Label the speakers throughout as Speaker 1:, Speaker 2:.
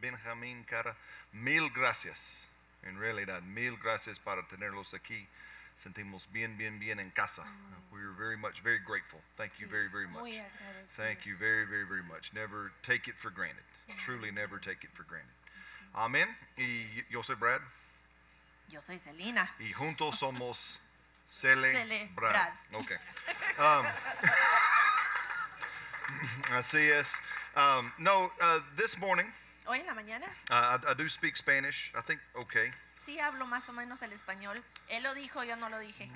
Speaker 1: Benjamín Cara, mil gracias. En realidad, mil gracias para tenerlos aquí. Sentimos bien, bien, bien en casa. We are very much, very grateful. Thank you
Speaker 2: Sí,
Speaker 1: very, very much.
Speaker 2: muy agradecidos.
Speaker 1: Thank you very, very, very much. Never take it for granted. Truly never take it for granted. Amén. Y yo soy Brad.
Speaker 2: Yo soy Celina.
Speaker 1: Y juntos somos Cele,
Speaker 2: Cele
Speaker 1: Brad.
Speaker 2: Brad.
Speaker 1: Ok. Um, así es. Um, no, uh, this morning,
Speaker 2: Hoy en la mañana
Speaker 1: uh, I, I do speak Spanish. I think okay.
Speaker 2: sí hablo más o menos el español. Él lo dijo, yo no lo dije.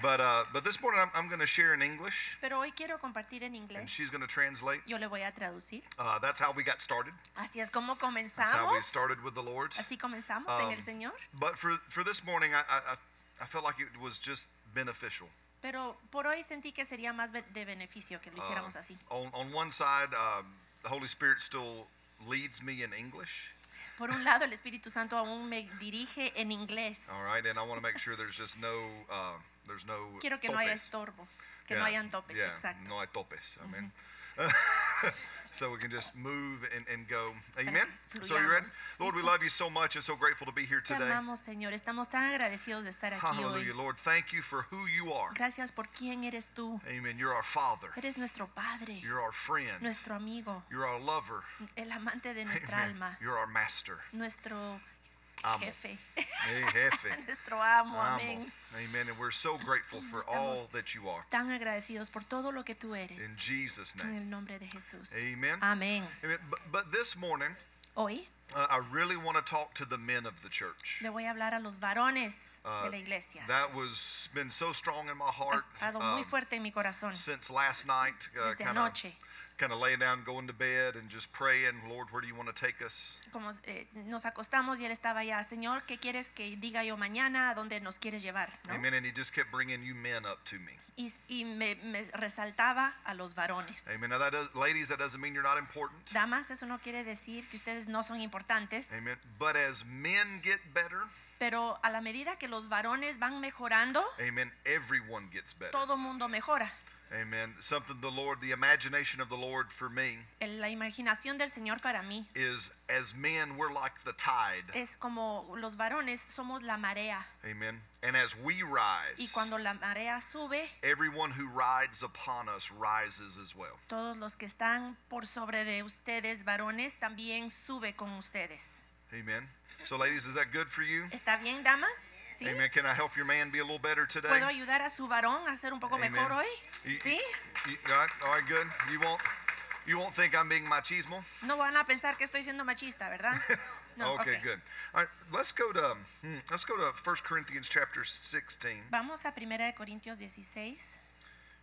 Speaker 1: But, uh, but this morning, I'm, I'm going to share in English,
Speaker 2: Pero hoy quiero compartir en
Speaker 1: and
Speaker 2: inglés.
Speaker 1: she's going to translate.
Speaker 2: Yo le voy a traducir.
Speaker 1: Uh, that's how we got started.
Speaker 2: Así es como
Speaker 1: That's how we
Speaker 2: comenzamos.
Speaker 1: started with the Lord.
Speaker 2: Así comenzamos en
Speaker 1: Um,
Speaker 2: el Señor.
Speaker 1: But for, for this morning, I, I, I- I felt like it was just beneficial.
Speaker 2: Pero por hoy sentí que sería más be- de beneficio que lo hiciéramos así.
Speaker 1: Uh, On, on one side, um, the Holy Spirit still leads me in English,
Speaker 2: Por un lado, el Espíritu Santo aún me dirige en inglés.
Speaker 1: all right? And I want to make sure there's just no, uh, there's no
Speaker 2: Quiero que no haya
Speaker 1: topes.
Speaker 2: estorbo, que
Speaker 1: yeah,
Speaker 2: no hayan topes,
Speaker 1: yeah,
Speaker 2: exacto.
Speaker 1: No hay topes, amen. so we can just move and, and go, amen?
Speaker 2: que
Speaker 1: So you ready?
Speaker 2: fluyamos.
Speaker 1: Lord, we
Speaker 2: Listos.
Speaker 1: love you so much and so grateful to be here
Speaker 2: Te
Speaker 1: today.
Speaker 2: amamos, Señor. Estamos tan agradecidos de estar aquí
Speaker 1: Hallelujah.
Speaker 2: hoy.
Speaker 1: Lord, thank you for who you are.
Speaker 2: Gracias por quién eres tú.
Speaker 1: Amen. You're our Father.
Speaker 2: Eres nuestro Padre,
Speaker 1: You're our friend.
Speaker 2: nuestro amigo,
Speaker 1: You're our lover.
Speaker 2: el amante de nuestra
Speaker 1: Amen.
Speaker 2: alma,
Speaker 1: You're our master.
Speaker 2: nuestro
Speaker 1: Amo.
Speaker 2: jefe,
Speaker 1: Hey, jefe.
Speaker 2: nuestro amo.
Speaker 1: Amo.
Speaker 2: Amén.
Speaker 1: Amen. And we're so grateful for all
Speaker 2: Estamos-
Speaker 1: that you are.
Speaker 2: Tan agradecidos por todo lo que tú eres.
Speaker 1: In Jesus'
Speaker 2: En
Speaker 1: name.
Speaker 2: el nombre de Jesús.
Speaker 1: Amen.
Speaker 2: Amén.
Speaker 1: Amen. But, but this morning,
Speaker 2: Hoy
Speaker 1: uh, I really want to talk to the men of the church.
Speaker 2: le voy a hablar a los varones
Speaker 1: Uh,
Speaker 2: de la iglesia.
Speaker 1: That was been so strong in my
Speaker 2: Ha
Speaker 1: heart
Speaker 2: estado
Speaker 1: um,
Speaker 2: muy fuerte en mi corazón
Speaker 1: since last night. Uh,
Speaker 2: desde
Speaker 1: kind of
Speaker 2: anoche.
Speaker 1: kind of laying down, going to bed, and just praying, Lord, where do you want to take us?
Speaker 2: Como eh, nos acostamos y él estaba ya, Señor, ¿qué quieres que diga yo mañana? ¿A dónde nos quieres llevar? ¿No?
Speaker 1: Amen. And he just kept bringing you men up to me.
Speaker 2: Y, y me, me resaltaba a los varones.
Speaker 1: Amen. Now, that does, ladies, that doesn't mean you're not important.
Speaker 2: Damas, eso no quiere decir que ustedes no son importantes,
Speaker 1: Amen. But as men get better,
Speaker 2: pero a la medida que los varones van mejorando,
Speaker 1: amen, everyone gets better.
Speaker 2: todo mundo mejora.
Speaker 1: Amen. Something the Lord, the imagination of the Lord for me
Speaker 2: El- La imaginación del Señor para mí
Speaker 1: is as men, we're like the tide.
Speaker 2: es como los varones somos la marea
Speaker 1: Amen. And as we
Speaker 2: y
Speaker 1: rise,
Speaker 2: cuando la marea sube,
Speaker 1: everyone who rides upon us rises as well.
Speaker 2: todos los que están por sobre de ustedes, varones, también sube con ustedes.
Speaker 1: Amen. So, ladies, is that good for you?
Speaker 2: ¿Está bien, damas? ¿Sí?
Speaker 1: Amen. Can I help your man be a little better today?
Speaker 2: ¿Puedo ayudar a su varón a ser un poco
Speaker 1: Amen.
Speaker 2: mejor hoy?
Speaker 1: You- you-
Speaker 2: ¿Sí?
Speaker 1: you- all, right, all right, good. You won't, you won't think I'm being machismo?
Speaker 2: No van a pensar que estoy siendo machista, ¿verdad? No,
Speaker 1: okay,
Speaker 2: ok.
Speaker 1: good. All right, let's go to um, hmm, let's go to 1 Corinthians chapter 16.
Speaker 2: Vamos a 1 Corintios 16.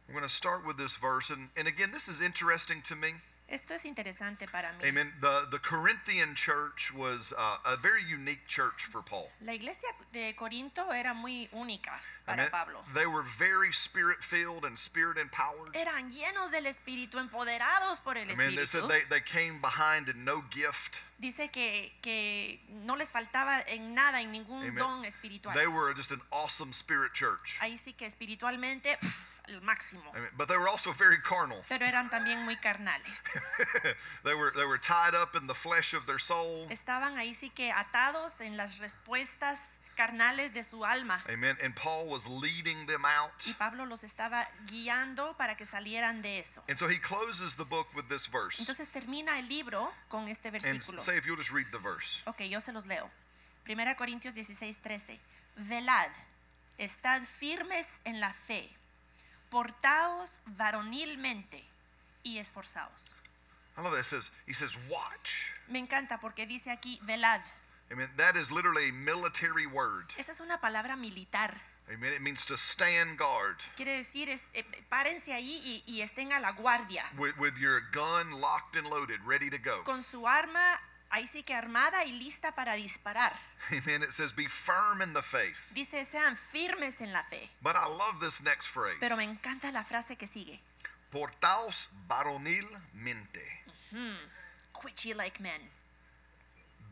Speaker 1: We're going to start with this verse, and, and again, this is interesting to me.
Speaker 2: Esto es interesante para mí.
Speaker 1: Amen. The the Corinthian church was uh, a very unique church for Paul.
Speaker 2: La iglesia de Corinto era muy única para
Speaker 1: Amen.
Speaker 2: Pablo.
Speaker 1: They were very spirit filled and spirit empowered.
Speaker 2: Eran llenos del Espíritu, empoderados por el
Speaker 1: Amen. They said
Speaker 2: Espíritu.
Speaker 1: they, they came behind in no gift.
Speaker 2: Dice que, que no les faltaba en nada, en ningún
Speaker 1: Amen.
Speaker 2: don espiritual.
Speaker 1: They were just an awesome spirit church.
Speaker 2: Ahí sí que espiritualmente, pf, el máximo.
Speaker 1: Amen. But they were also very carnal.
Speaker 2: Pero eran también muy carnales.
Speaker 1: they were they were tied up in the flesh of their soul.
Speaker 2: Estaban ahí sí que atados en las respuestas carnales de su alma.
Speaker 1: Amen. And Paul was leading them out.
Speaker 2: Y Pablo los estaba guiando para que salieran de eso.
Speaker 1: And so he closes the book with this verse.
Speaker 2: Entonces termina el libro con este
Speaker 1: and s-
Speaker 2: versículo.
Speaker 1: say if you'll just read the verse.
Speaker 2: Ok, yo se los leo. 1 Corintios 16, 13. Velad, estad firmes en la fe, portaos varonilmente y esforzaos.
Speaker 1: I love that. It says he says watch.
Speaker 2: Me encanta porque dice aquí velad.
Speaker 1: Amen. That is literally a military word.
Speaker 2: Esa es una palabra militar.
Speaker 1: Amen. It means to stand guard
Speaker 2: Quiere decir, es- eh, párense ahí y, y estén a la guardia,
Speaker 1: with, with your gun locked and loaded, ready to go.
Speaker 2: con su arma ahí sí que armada y lista para disparar.
Speaker 1: Amen. It says be firm in the faith.
Speaker 2: Dice, sean firmes en la fe.
Speaker 1: But I love this next phrase.
Speaker 2: Pero me encanta la frase que sigue.
Speaker 1: Portaos varonilmente.
Speaker 2: Quit ye like men.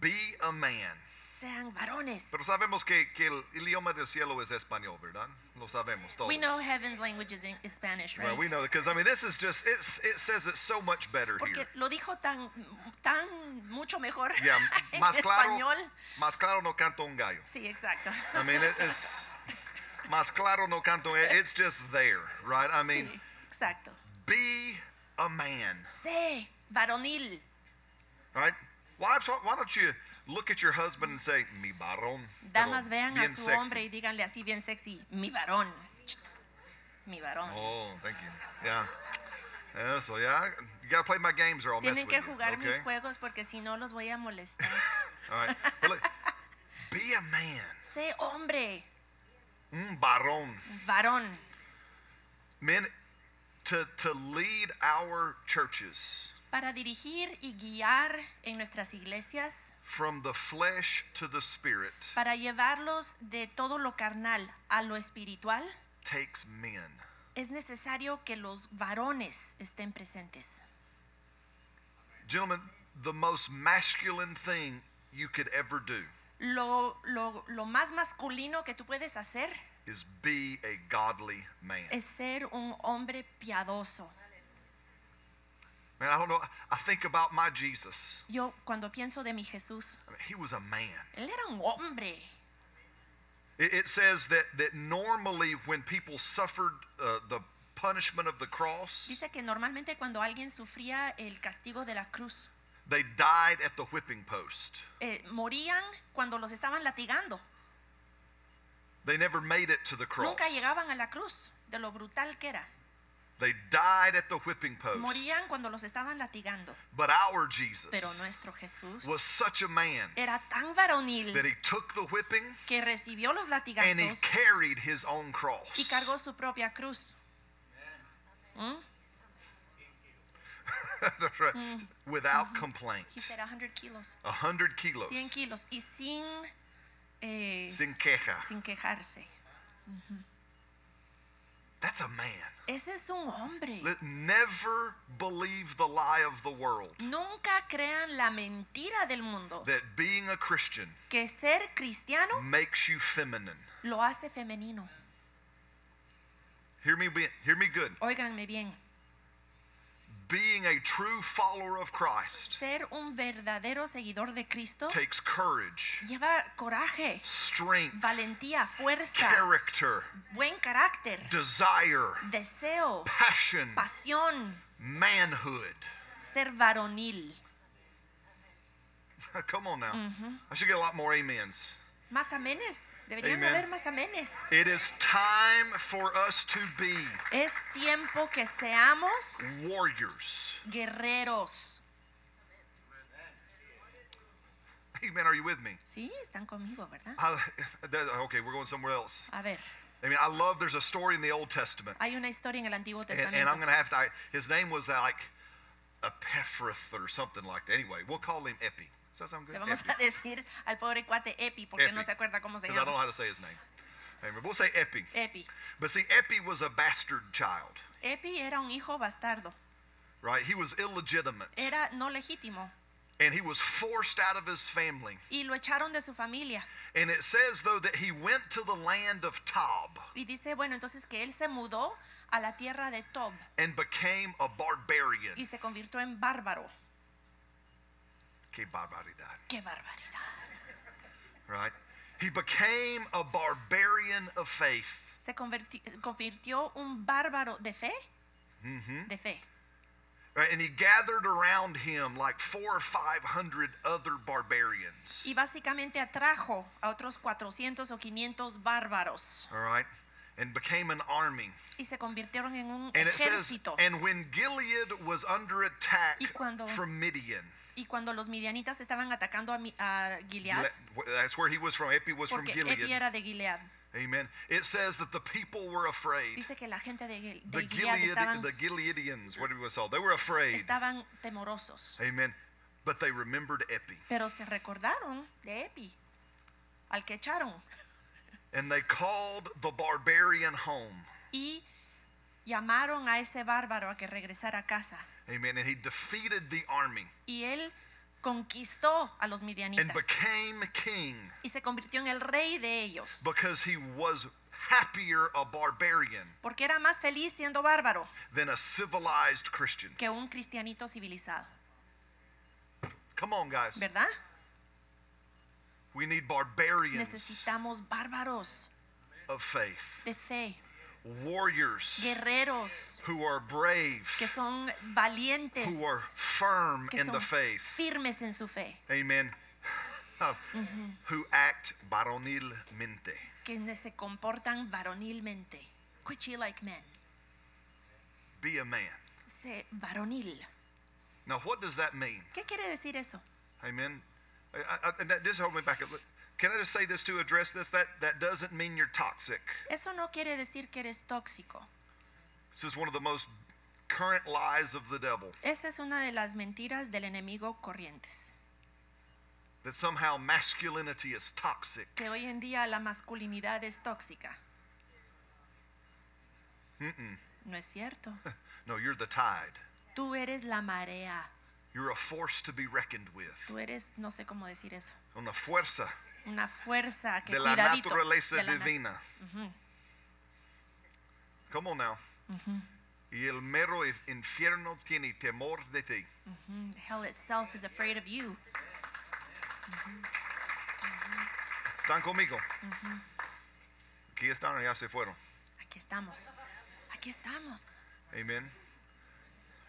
Speaker 1: Be a man.
Speaker 2: sean varones.
Speaker 1: Pero sabemos que, que el idioma del cielo es español, ¿verdad? Lo sabemos todos.
Speaker 2: We know heaven's language is in is Spanish,
Speaker 1: Well,
Speaker 2: right?
Speaker 1: we know because I mean this is just it's, it says it so much better
Speaker 2: Porque
Speaker 1: here.
Speaker 2: lo dijo tan, tan mucho mejor
Speaker 1: Yeah,
Speaker 2: en
Speaker 1: más claro,
Speaker 2: español.
Speaker 1: más claro no canto un gallo.
Speaker 2: Sí, exacto.
Speaker 1: I mean it, it's más claro no canto. it- It's just there, right? I mean,
Speaker 2: Sí, exacto.
Speaker 1: be a man,
Speaker 2: Sé varonil.
Speaker 1: right? Wives, why- why don't you look at your husband and say, mi varón? pero
Speaker 2: Damas, vean a
Speaker 1: bien
Speaker 2: su
Speaker 1: sexy.
Speaker 2: hombre y díganle así bien sexy, mi varón. Chut, Mi varón.
Speaker 1: Oh, thank you. Yeah. Yeah, so yeah, you gotta play my games or I'll mess
Speaker 2: Tienen
Speaker 1: with
Speaker 2: que
Speaker 1: you.
Speaker 2: jugar mis
Speaker 1: okay?
Speaker 2: juegos porque si no los voy a molestar.
Speaker 1: All right. But look, be a man.
Speaker 2: sé hombre,
Speaker 1: Un varón.
Speaker 2: varón.
Speaker 1: Men, to, to lead our churches
Speaker 2: Para dirigir y guiar en nuestras iglesias,
Speaker 1: from the flesh to the spirit
Speaker 2: para llevarlos de todo lo carnal a lo espiritual,
Speaker 1: takes men.
Speaker 2: es necesario que los varones estén presentes.
Speaker 1: Gentlemen, the most masculine thing you could ever do
Speaker 2: Lo, lo- lo más masculino que tú puedes hacer
Speaker 1: is be a godly man.
Speaker 2: es ser un hombre piadoso.
Speaker 1: Man, I don't know. I think about my Jesus.
Speaker 2: Yo cuando pienso de mi Jesús,
Speaker 1: I mean, he was a man.
Speaker 2: él era un hombre.
Speaker 1: It, it says that, that normally when people suffered uh, the punishment of the cross,
Speaker 2: Dice que normalmente cuando alguien sufría el castigo de la cruz,
Speaker 1: they died at the whipping post.
Speaker 2: eh, morían cuando los estaban latigando.
Speaker 1: They never made it to the cross.
Speaker 2: Nunca llegaban a la cruz de lo brutal que era.
Speaker 1: They died at the whipping post.
Speaker 2: Morían cuando los estaban latigando.
Speaker 1: But our Jesus
Speaker 2: Pero nuestro Jesús
Speaker 1: was such a man
Speaker 2: era tan
Speaker 1: that
Speaker 2: varonil
Speaker 1: he took the whipping
Speaker 2: que recibió los
Speaker 1: and he
Speaker 2: latigazos
Speaker 1: carried his own cross.
Speaker 2: y cargó su propia cruz.
Speaker 1: That's right. Without complaint.
Speaker 2: He said 100 kilos,
Speaker 1: A hundred kilos.
Speaker 2: 100 kilos y sin, eh,
Speaker 1: Sin queja.
Speaker 2: sin quejarse.
Speaker 1: That's a man.
Speaker 2: Ese es un hombre.
Speaker 1: Let- Never believe the lie of the world
Speaker 2: Nunca crean la mentira del mundo
Speaker 1: that being a Christian
Speaker 2: que ser cristiano
Speaker 1: makes you feminine.
Speaker 2: lo hace femenino.
Speaker 1: Hear me, be, hear me good.
Speaker 2: Óiganme bien.
Speaker 1: Being a true follower of Christ
Speaker 2: Ser un verdadero seguidor de Cristo
Speaker 1: takes courage,
Speaker 2: lleva coraje,
Speaker 1: strength,
Speaker 2: valentía, fuerza,
Speaker 1: character,
Speaker 2: buen carácter,
Speaker 1: desire,
Speaker 2: deseo,
Speaker 1: passion,
Speaker 2: pasión,
Speaker 1: manhood.
Speaker 2: ser varonil.
Speaker 1: Come on now. I should get a lot more amens.
Speaker 2: Más amenes, deberían
Speaker 1: Amen.
Speaker 2: haber más amenes.
Speaker 1: It is time for us to be
Speaker 2: Es tiempo que seamos
Speaker 1: warriors.
Speaker 2: guerreros.
Speaker 1: Amen. Are you with me?
Speaker 2: Sí, están conmigo, ¿verdad?
Speaker 1: I, that, okay, we're going somewhere else.
Speaker 2: A ver,
Speaker 1: I mean, I love there's a story in the Old Testament,
Speaker 2: hay una historia en el Antiguo
Speaker 1: and, and I'm
Speaker 2: Testamento.
Speaker 1: going to have to. I, his name was uh, like Epaphras or something like that. Anyway, we'll call him Epi. Does that sound good?
Speaker 2: Le vamos
Speaker 1: Epi.
Speaker 2: a decir al pobre cuate Epi, porque no
Speaker 1: Epi.
Speaker 2: se acuerda cómo se
Speaker 1: 'Cause I don't know
Speaker 2: llama.
Speaker 1: how to say his name. Amen. We'll say Epi.
Speaker 2: Epi.
Speaker 1: But see, Epi was a bastard child,
Speaker 2: Epi era un hijo bastardo.
Speaker 1: right? He was illegitimate,
Speaker 2: Era no legítimo.
Speaker 1: and he was forced out of his family.
Speaker 2: Y lo echaron de su familia.
Speaker 1: And it says though that he went to the land of Tob
Speaker 2: Y dice, bueno, entonces que él se mudó a la tierra de Tob
Speaker 1: and became a barbarian.
Speaker 2: y se convirtió en bárbaro.
Speaker 1: Que barbaridad,
Speaker 2: ¡Qué barbaridad!
Speaker 1: right? He became a barbarian of faith.
Speaker 2: Se converti- convirtió un bárbaro de fe. De fe.
Speaker 1: Right, and he gathered around him like four or five hundred other barbarians.
Speaker 2: Y básicamente atrajo a otros 400 o 500 bárbaros.
Speaker 1: All right, and became an army.
Speaker 2: Y se convirtieron en un
Speaker 1: And it says,
Speaker 2: ejército.
Speaker 1: and when Gilead was under attack
Speaker 2: Y cuando-
Speaker 1: from Midian,
Speaker 2: y cuando los midianitas estaban atacando a, Mi- a Gilead,
Speaker 1: Gile- that's where he was from. Epi was from
Speaker 2: porque Epi
Speaker 1: Gilead.
Speaker 2: era de Gilead,
Speaker 1: Amen. It says that the people were afraid.
Speaker 2: dice que la gente de, Gil- de
Speaker 1: The,
Speaker 2: Gilead
Speaker 1: Gilead,
Speaker 2: estaban,
Speaker 1: the Gileadians, what do we call? They were afraid.
Speaker 2: estaban temorosos.
Speaker 1: Amen. But they remembered Epi,
Speaker 2: Pero se recordaron de Epi, al que echaron,
Speaker 1: and they called the barbarian home.
Speaker 2: y llamaron a ese bárbaro a que regresara a casa.
Speaker 1: Amen. And he defeated the army.
Speaker 2: Y él conquistó a los midianitas
Speaker 1: and became king
Speaker 2: y se convirtió en el rey de ellos,
Speaker 1: because he was happier a barbarian
Speaker 2: porque era más feliz siendo bárbaro
Speaker 1: than a civilized Christian.
Speaker 2: que un cristianito civilizado,
Speaker 1: Come on, guys.
Speaker 2: ¿verdad?
Speaker 1: We need barbarians
Speaker 2: Necesitamos bárbaros
Speaker 1: of faith,
Speaker 2: de fe,
Speaker 1: warriors
Speaker 2: guerreros
Speaker 1: who are brave,
Speaker 2: que son valientes,
Speaker 1: who are firm
Speaker 2: que
Speaker 1: in the
Speaker 2: son
Speaker 1: faith.
Speaker 2: firmes en su fe,
Speaker 1: Amen.
Speaker 2: Mm-hmm.
Speaker 1: Who act varonilmente.
Speaker 2: que ne- se comportan varonilmente. Quit ye like men.
Speaker 1: Be a man.
Speaker 2: Sé varonil.
Speaker 1: Now, what does that mean?
Speaker 2: ¿Qué quiere decir eso?
Speaker 1: Amen. I, I, and that, just hold me back. up. Look, Can I just say this to address this? That that doesn't mean you're toxic.
Speaker 2: Eso no quiere decir que eres tóxico.
Speaker 1: This is one of the most current lies of the devil
Speaker 2: Esa es una de las mentiras del enemigo corrientes.
Speaker 1: that somehow masculinity is toxic.
Speaker 2: Que hoy en día la masculinidad es tóxica. No es cierto.
Speaker 1: No, you're the tide.
Speaker 2: Tú eres la marea.
Speaker 1: You're a force to be reckoned with.
Speaker 2: Tú eres, no sé cómo decir eso,
Speaker 1: Una fuerza
Speaker 2: una fuerza que
Speaker 1: de la
Speaker 2: cuidadito.
Speaker 1: naturaleza
Speaker 2: de la na-
Speaker 1: divina. Come on now. Y el mero inf- infierno tiene temor de ti.
Speaker 2: mm, Hell itself is afraid of you.
Speaker 1: ¿Están conmigo? Aquí están o ya se fueron.
Speaker 2: Aquí estamos. Aquí estamos.
Speaker 1: Amen.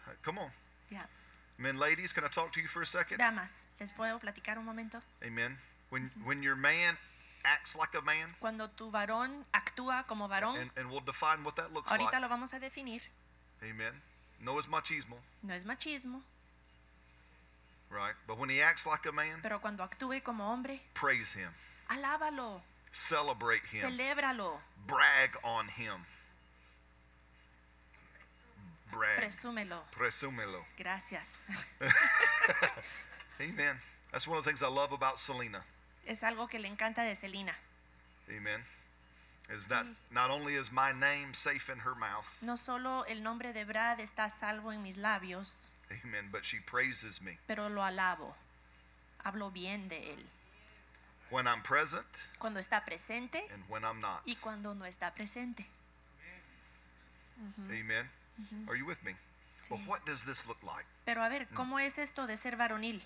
Speaker 1: Uh, Come on.
Speaker 2: Ya.
Speaker 1: Men, ladies, can I talk to you for a second?
Speaker 2: Damas, ¿les puedo platicar un momento?
Speaker 1: Amen. When
Speaker 2: Mm-hmm.
Speaker 1: when your man acts like a man,
Speaker 2: Cuando tu varón actúa como varón,
Speaker 1: and, and we'll define what that looks
Speaker 2: Oh. ahorita
Speaker 1: like.
Speaker 2: lo vamos a definir.
Speaker 1: Amen. No es machismo,
Speaker 2: No es machismo,
Speaker 1: right? But when he acts like a man,
Speaker 2: pero cuando actúe como hombre,
Speaker 1: praise him,
Speaker 2: alábalo,
Speaker 1: celebrate him,
Speaker 2: celébralo,
Speaker 1: brag on him. Brag.
Speaker 2: presúmelo.
Speaker 1: Presúmelo.
Speaker 2: Gracias.
Speaker 1: Amen. That's one of the things I love about Selena.
Speaker 2: Es algo que le encanta de Celina.
Speaker 1: Amen. Is that not only is my name safe in her mouth,
Speaker 2: No solo el nombre de Brad está a salvo en mis labios,
Speaker 1: amen, but she praises me.
Speaker 2: pero lo alabo. Hablo bien de él.
Speaker 1: when I'm present
Speaker 2: Cuando está presente
Speaker 1: and when I'm not.
Speaker 2: y cuando no está presente. Mm-hmm.
Speaker 1: Amen. Are you with me? Well, what does this look like?
Speaker 2: Pero a ver, ¿cómo es esto de ser varonil?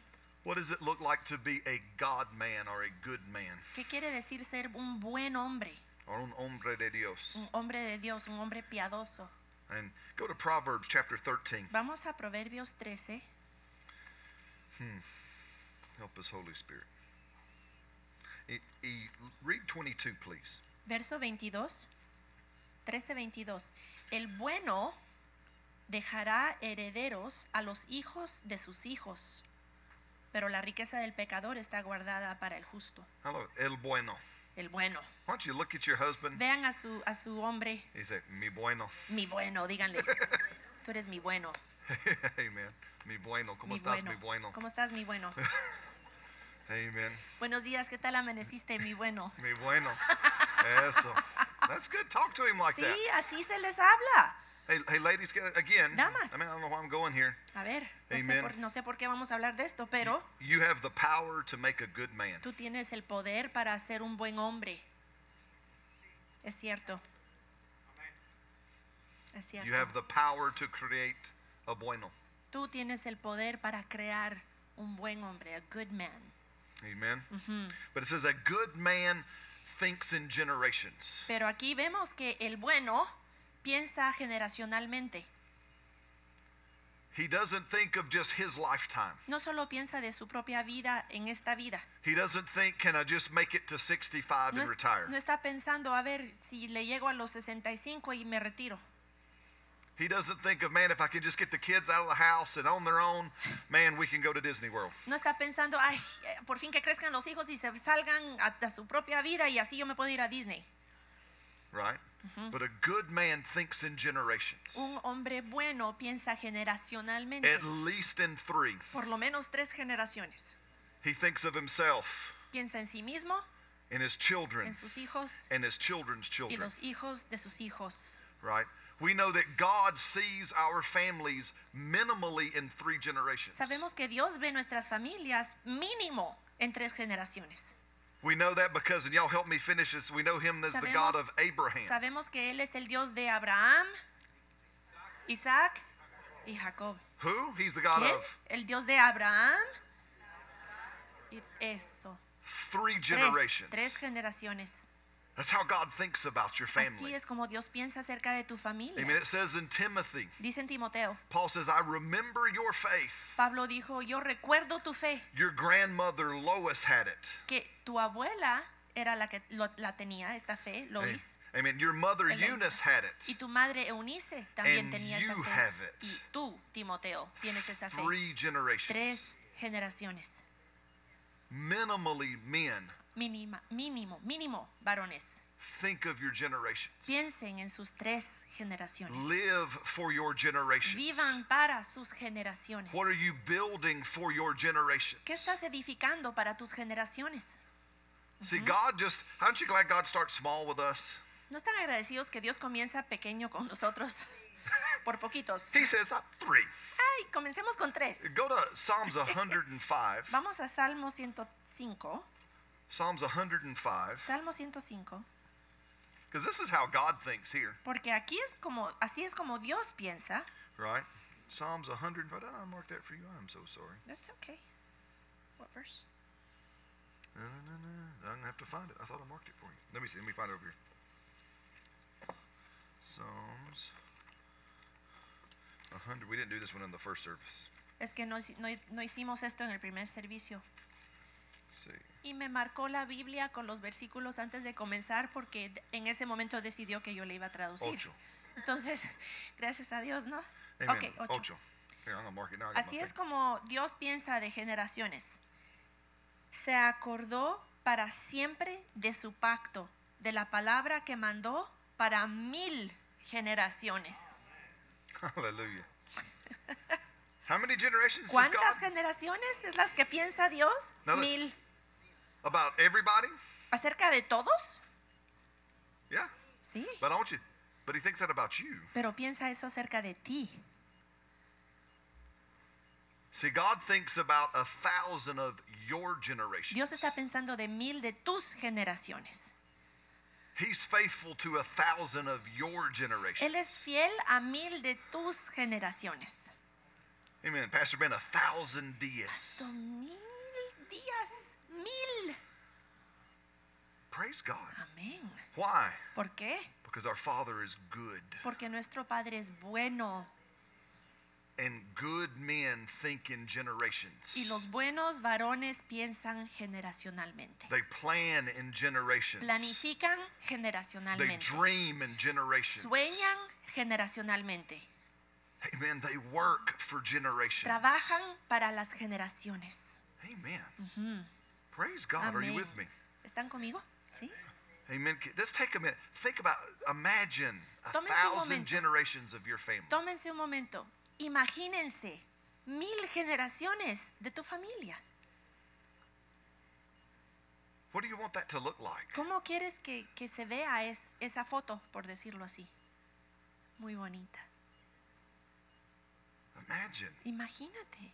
Speaker 1: What does it look like to be a God man or a good man
Speaker 2: ¿Qué quiere decir ser un buen hombre?
Speaker 1: or un hombre de Dios?
Speaker 2: Un hombre de Dios, un hombre piadoso.
Speaker 1: And go to Proverbs chapter 13.
Speaker 2: Vamos a Proverbios 13.
Speaker 1: Help us, Holy Spirit. E- e- read 22, please.
Speaker 2: Verso 22, 13, 22. El bueno dejará herederos a los hijos de sus hijos, pero la riqueza del pecador está guardada para el justo,
Speaker 1: Hello, el bueno.
Speaker 2: el bueno.
Speaker 1: Why don't you look at your husband?
Speaker 2: Vean a su, a su hombre,
Speaker 1: He said, mi bueno.
Speaker 2: mi bueno, díganle, tú eres mi bueno,
Speaker 1: Amen. Mi bueno. ¿Cómo
Speaker 2: mi
Speaker 1: estás,
Speaker 2: bueno.
Speaker 1: mi bueno?
Speaker 2: ¿Cómo estás, mi bueno?
Speaker 1: Amen.
Speaker 2: Buenos días, ¿qué tal amaneciste, mi bueno?
Speaker 1: Mi bueno. Eso. That's good. Talk to him like
Speaker 2: Sí,
Speaker 1: that.
Speaker 2: así se les habla.
Speaker 1: Hey, hey, ladies, get- again.
Speaker 2: Damas.
Speaker 1: I mean, I don't know why I'm going here.
Speaker 2: A ver, no sé,
Speaker 1: Amen.
Speaker 2: por, no sé por qué vamos a hablar de esto, pero
Speaker 1: You have the power to make a good man.
Speaker 2: tú tienes el poder para ser un buen hombre. Es cierto. Es
Speaker 1: You
Speaker 2: cierto.
Speaker 1: have the power to create a bueno.
Speaker 2: Tú tienes el poder para crear un buen hombre, a good man.
Speaker 1: Amen.
Speaker 2: Mm-hmm.
Speaker 1: But it says a good man thinks in generations.
Speaker 2: Pero aquí vemos que el bueno piensa generacionalmente.
Speaker 1: He doesn't think of just his lifetime.
Speaker 2: No solo piensa de su propia vida en esta vida.
Speaker 1: He doesn't think, can I just make it to 65 and
Speaker 2: No, es-
Speaker 1: retire?
Speaker 2: no está pensando, a ver, si le llego a los 65 y me retiro.
Speaker 1: He doesn't think of, man, if I can just get the kids out of the house and on their own, man, we can go to Disney World.
Speaker 2: No está pensando, ay, eh, por fin que crezcan los hijos y se salgan a, a su propia vida y así yo me puedo ir a Disney.
Speaker 1: Right?
Speaker 2: Mm-hmm.
Speaker 1: But a good man thinks in generations,
Speaker 2: Un hombre bueno piensa generacionalmente,
Speaker 1: at least in three.
Speaker 2: por lo menos tres generaciones.
Speaker 1: He thinks of himself
Speaker 2: Piensa en sí mismo,
Speaker 1: and his children
Speaker 2: en sus hijos
Speaker 1: and his children's
Speaker 2: y
Speaker 1: children,
Speaker 2: los hijos de sus hijos.
Speaker 1: right? We know that God sees our families minimally in three generations.
Speaker 2: Sabemos que Dios ve nuestras familias mínimo en tres generaciones.
Speaker 1: We know that because, and y'all help me finish this, we know Him as the God
Speaker 2: Sabemos,
Speaker 1: of Abraham.
Speaker 2: sabemos que Él es el Dios de Abraham, Isaac y Jacob.
Speaker 1: Who? He's the God
Speaker 2: ¿Quién?
Speaker 1: of
Speaker 2: El Dios de Abraham. Y eso.
Speaker 1: three
Speaker 2: Tres,
Speaker 1: generations.
Speaker 2: tres generaciones.
Speaker 1: That's how God thinks about your
Speaker 2: Así
Speaker 1: family.
Speaker 2: es como Dios piensa acerca de tu familia.
Speaker 1: Amen. It says in Timothy,
Speaker 2: Dice en Timoteo,
Speaker 1: Paul says, I remember your faith.
Speaker 2: Pablo dijo, yo recuerdo tu fe,
Speaker 1: Your grandmother Lois had it.
Speaker 2: que tu abuela era la que lo- la tenía, esta fe, Lois.
Speaker 1: Amen. Your mother
Speaker 2: Eloisa.
Speaker 1: Eunice had
Speaker 2: Y
Speaker 1: it.
Speaker 2: tu madre Eunice también
Speaker 1: And
Speaker 2: tenía esa
Speaker 1: you
Speaker 2: fe.
Speaker 1: have it.
Speaker 2: Y tú, Timoteo, tienes esa fe.
Speaker 1: Three generations.
Speaker 2: Tres generaciones.
Speaker 1: Minimally, men,
Speaker 2: Mínima, mínimo, mínimo, varones.
Speaker 1: think of your generations.
Speaker 2: Piensen en sus tres generaciones.
Speaker 1: Live for your generations.
Speaker 2: Vivan para sus generaciones.
Speaker 1: What are you building for your generations?
Speaker 2: ¿Qué estás edificando para tus generaciones?
Speaker 1: See, God just, aren't you glad God starts small with us?
Speaker 2: ¿No están agradecidos que Dios comienza pequeño con nosotros? Por poquitos.
Speaker 1: He says, "Uh, three.
Speaker 2: Ay, comencemos con tres.
Speaker 1: Go to Psalms 105.
Speaker 2: Vamos a Salmo 105.
Speaker 1: Psalms 105.
Speaker 2: Salmo 105.
Speaker 1: Because this is how God thinks here,
Speaker 2: Porque aquí es como, así es como Dios piensa.
Speaker 1: right? Psalms 105. Did I mark that for you? I'm so sorry.
Speaker 2: That's okay. What verse?
Speaker 1: No, no, no, no. I'm going to have to find it. I thought I marked it for you. Let me see. Let me find it over here. Psalms 100. We didn't do this one in the first service.
Speaker 2: Es que no, hici- no hi- no hicimos esto en el primer servicio.
Speaker 1: Let's see.
Speaker 2: Y me marcó la Biblia con los versículos antes de comenzar porque d- en ese momento decidió que yo le iba a traducir.
Speaker 1: Ocho.
Speaker 2: Entonces, gracias a Dios, ¿no?
Speaker 1: Amen.
Speaker 2: Ok,
Speaker 1: ocho.
Speaker 2: ocho.
Speaker 1: Here, I'm going to mark it now. I got my
Speaker 2: Así es
Speaker 1: paper.
Speaker 2: como Dios piensa de generaciones. Se acordó para siempre de su pacto, de la palabra que mandó para mil generaciones.
Speaker 1: Hallelujah. How many generations does
Speaker 2: ¿Cuántas
Speaker 1: God?
Speaker 2: generaciones es las que piensa Dios?
Speaker 1: Nada.
Speaker 2: Mil.
Speaker 1: About everybody?
Speaker 2: ¿Acerca de todos?
Speaker 1: Yeah.
Speaker 2: Sí.
Speaker 1: But I want you. But he thinks that about you.
Speaker 2: Pero piensa eso acerca de ti.
Speaker 1: See, God thinks about a thousand of your generation.
Speaker 2: Dios está pensando de mil de tus generaciones.
Speaker 1: He's faithful to a thousand of your generation.
Speaker 2: Él es fiel a mil de tus generaciones.
Speaker 1: Amen. Pastor Ben, a thousand deists.
Speaker 2: Son mil días, mil.
Speaker 1: Praise God.
Speaker 2: Amén.
Speaker 1: Why?
Speaker 2: ¿Por qué?
Speaker 1: Because our Father is good,
Speaker 2: Porque nuestro Padre es bueno
Speaker 1: and good men think in generations.
Speaker 2: y los buenos varones piensan generacionalmente.
Speaker 1: They plan in generations.
Speaker 2: Planifican
Speaker 1: They
Speaker 2: generacionalmente.
Speaker 1: dream in generations.
Speaker 2: Sueñan generacionalmente.
Speaker 1: Amen. They work for generations.
Speaker 2: Trabajan para las generaciones.
Speaker 1: Amen. Praise God. Are you
Speaker 2: Mm-hmm. Amén.
Speaker 1: with me?
Speaker 2: ¿Están conmigo? ¿Sí?
Speaker 1: Amen. Let's take a minute. Think about, imagine a
Speaker 2: Tómense un
Speaker 1: thousand
Speaker 2: momento.
Speaker 1: generations of your family.
Speaker 2: Tómense un momento. Imagínense mil generaciones de tu familia.
Speaker 1: What do you want that to look like?
Speaker 2: ¿Cómo quieres que, que se vea es- esa foto, por decirlo así? Muy bonita.
Speaker 1: Imagine.
Speaker 2: Imagínate.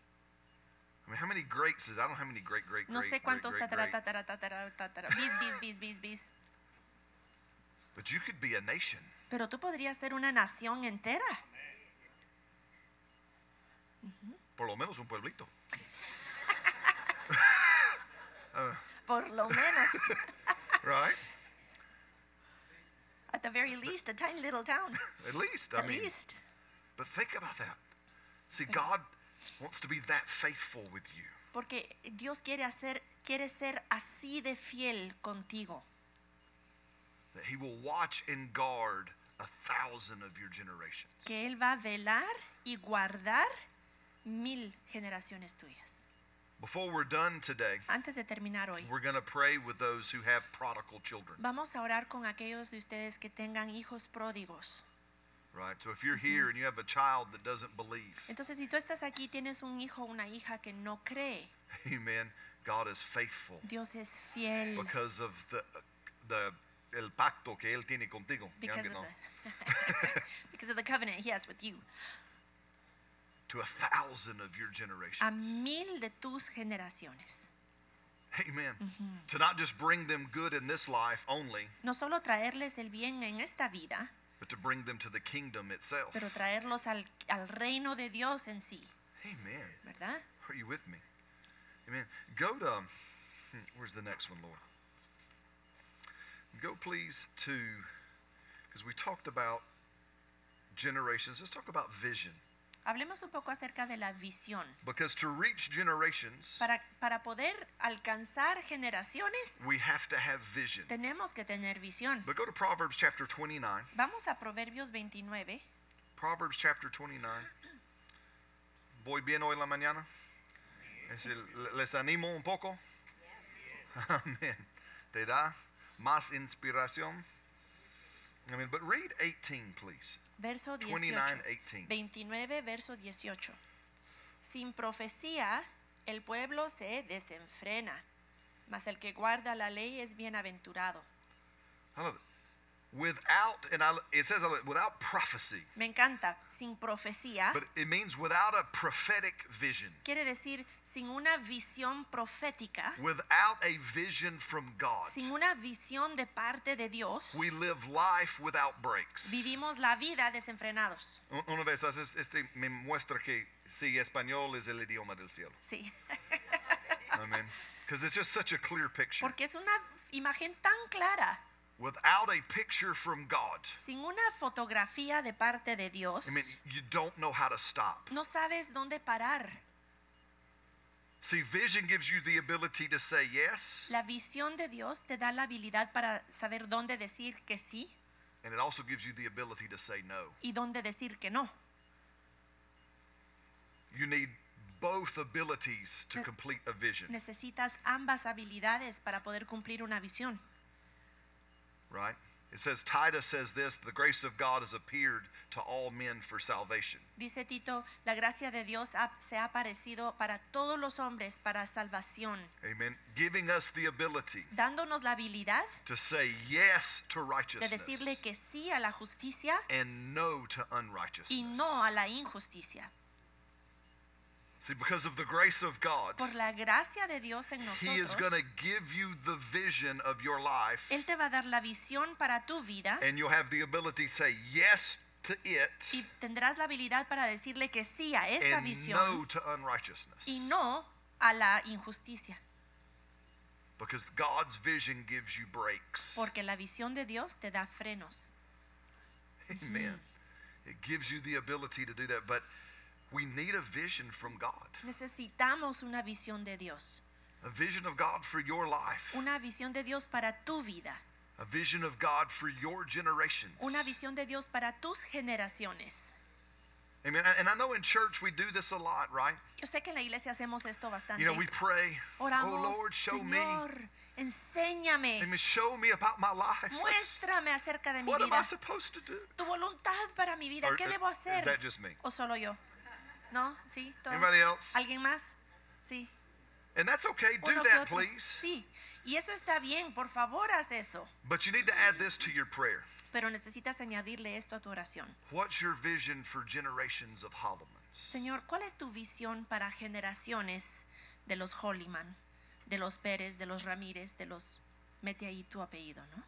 Speaker 1: I mean, how many greats is? I don't know how many great, great,
Speaker 2: No
Speaker 1: great,
Speaker 2: sé
Speaker 1: great,
Speaker 2: cuántos
Speaker 1: great,
Speaker 2: tatara,
Speaker 1: great.
Speaker 2: tatara, tatara, tatara, bis, bis, bis, bis, bis.
Speaker 1: But you could be a nation.
Speaker 2: Pero tú podrías ser una nación entera.
Speaker 1: Por lo menos un pueblito.
Speaker 2: Por lo menos.
Speaker 1: Right?
Speaker 2: At the very least, a tiny little town.
Speaker 1: At least. I
Speaker 2: At
Speaker 1: mean,
Speaker 2: least.
Speaker 1: but think about that. See, God wants to be that faithful with you.
Speaker 2: Porque Dios quiere, hacer, quiere ser así de fiel contigo.
Speaker 1: That He will watch and guard a thousand of your generations.
Speaker 2: Que Él va a velar y guardar mil generaciones tuyas.
Speaker 1: Before we're done today,
Speaker 2: Antes de terminar hoy,
Speaker 1: we're going to pray with those who have prodigal children.
Speaker 2: vamos a orar con aquellos de ustedes que tengan hijos pródigos.
Speaker 1: Right? So if you're
Speaker 2: Mm-hmm.
Speaker 1: here and you have a child that doesn't believe,
Speaker 2: Entonces, si tú estás aquí, tienes un hijo o una hija que no cree,
Speaker 1: amen, God is faithful
Speaker 2: Dios es fiel
Speaker 1: because of the the el pacto que Él tiene contigo. Ya
Speaker 2: because of,
Speaker 1: que no.
Speaker 2: the, because of the covenant he has with you.
Speaker 1: To a thousand of your generation.
Speaker 2: A mil de tus generaciones.
Speaker 1: Amen. To not just bring them good in this life only,
Speaker 2: No solo traerles el bien en esta vida,
Speaker 1: but to bring them to the kingdom itself.
Speaker 2: pero traerlos al, al reino de Dios en sí,
Speaker 1: Amen.
Speaker 2: ¿verdad?
Speaker 1: Are you with me? Amen. Go to, um, hmm, where's the next one, Lord? Go, please, to, because we talked about generations. Let's talk about vision.
Speaker 2: Hablemos un poco acerca de la visión.
Speaker 1: Because to reach generations,
Speaker 2: Para, para poder alcanzar generaciones,
Speaker 1: we have to have vision.
Speaker 2: tenemos que tener visión.
Speaker 1: But go to Proverbs chapter 29.
Speaker 2: Vamos a Proverbios 29.
Speaker 1: Proverbs chapter 29. Voy bien hoy en la mañana. Es el- le- les animo un poco. Amén. Te da más inspiración. Amen. But read 18, please.
Speaker 2: Verso 18.
Speaker 1: 29, 18.
Speaker 2: 29, verso 18. Sin profecía, el pueblo se desenfrena, mas el que guarda la ley es bienaventurado.
Speaker 1: I love it. Without, and I, it says I love it, without prophecy,
Speaker 2: Me encanta, sin profecía
Speaker 1: but it means without a prophetic vision,
Speaker 2: quiere decir sin una visión profética,
Speaker 1: without a vision from God.
Speaker 2: sin una visión de parte de Dios,
Speaker 1: We live life without breaks.
Speaker 2: vivimos la vida desenfrenados.
Speaker 1: Un- Una de esas es- este, me muestra que sí, español es el idioma del cielo.
Speaker 2: Sí,
Speaker 1: Amen. Because it's just such a clear picture.
Speaker 2: porque es una imagen tan clara,
Speaker 1: Without a picture from God,
Speaker 2: sin una fotografía de parte de Dios,
Speaker 1: I mean, you don't know how to stop.
Speaker 2: no sabes dónde parar.
Speaker 1: See, vision gives you the ability to say yes,
Speaker 2: La visión de Dios te da la habilidad para saber dónde decir que sí
Speaker 1: and it also gives you the ability to say no.
Speaker 2: y dónde decir que no.
Speaker 1: You need both abilities
Speaker 2: Mm.
Speaker 1: to complete a vision,
Speaker 2: Necesitas ambas habilidades para poder cumplir una visión.
Speaker 1: right? It says, Titus says this the grace of God has appeared to all men for salvation.
Speaker 2: Dice Tito, la gracia de Dios ha- se ha aparecido para todos los hombres para salvación,
Speaker 1: Amen. Giving us the ability
Speaker 2: dándonos la habilidad
Speaker 1: to say yes to
Speaker 2: de
Speaker 1: righteousness
Speaker 2: decirle que sí a la justicia
Speaker 1: and no to
Speaker 2: y
Speaker 1: unrighteousness.
Speaker 2: no a la injusticia.
Speaker 1: See, because of the grace of God,
Speaker 2: Por la gracia de Dios en
Speaker 1: He is going to
Speaker 2: nosotros,
Speaker 1: give you the vision of your life,
Speaker 2: Él te va a dar la visión para tu vida
Speaker 1: and you'll have the ability to say yes to it
Speaker 2: y tendrás la habilidad para decirle que sí a esa
Speaker 1: and no
Speaker 2: visión
Speaker 1: to unrighteousness.
Speaker 2: y no a la injusticia,
Speaker 1: Because God's vision gives you breaks.
Speaker 2: porque la visión de Dios te da frenos.
Speaker 1: Amen. It gives you the ability to do that, but we need a vision from God.
Speaker 2: Necesitamos una visión de Dios,
Speaker 1: A vision of God for your life.
Speaker 2: una visión de Dios para tu vida,
Speaker 1: A vision of God for your generations.
Speaker 2: una visión de Dios para tus generaciones.
Speaker 1: Amen. And- And I know in church we do this a lot, right?
Speaker 2: Yo sé que en la iglesia hacemos esto bastante.
Speaker 1: You know, we pray,
Speaker 2: Oramos,
Speaker 1: oh Lord, show me.
Speaker 2: Señor, enséñame,
Speaker 1: Amen. Show me about my life.
Speaker 2: muéstrame acerca de mi
Speaker 1: What am I
Speaker 2: vida,
Speaker 1: supposed to do?
Speaker 2: tu voluntad para mi vida,
Speaker 1: Or,
Speaker 2: ¿qué
Speaker 1: uh,
Speaker 2: debo hacer?
Speaker 1: Is that just me?
Speaker 2: ¿O solo yo? ¿No? ¿Sí? ¿Todos?
Speaker 1: Anybody else?
Speaker 2: ¿Alguien más? Sí.
Speaker 1: And that's okay. Do
Speaker 2: Uno que
Speaker 1: that,
Speaker 2: otro.
Speaker 1: please.
Speaker 2: Sí. Y eso está bien, por favor, haz eso.
Speaker 1: But you need to add this to your prayer.
Speaker 2: Pero necesitas añadirle esto a tu oración.
Speaker 1: What's your vision for generations of Hollimans?
Speaker 2: Señor, ¿cuál es tu visión para generaciones de los Holliman, de los Pérez, de los Ramírez, de los... Mete ahí tu apellido, ¿no?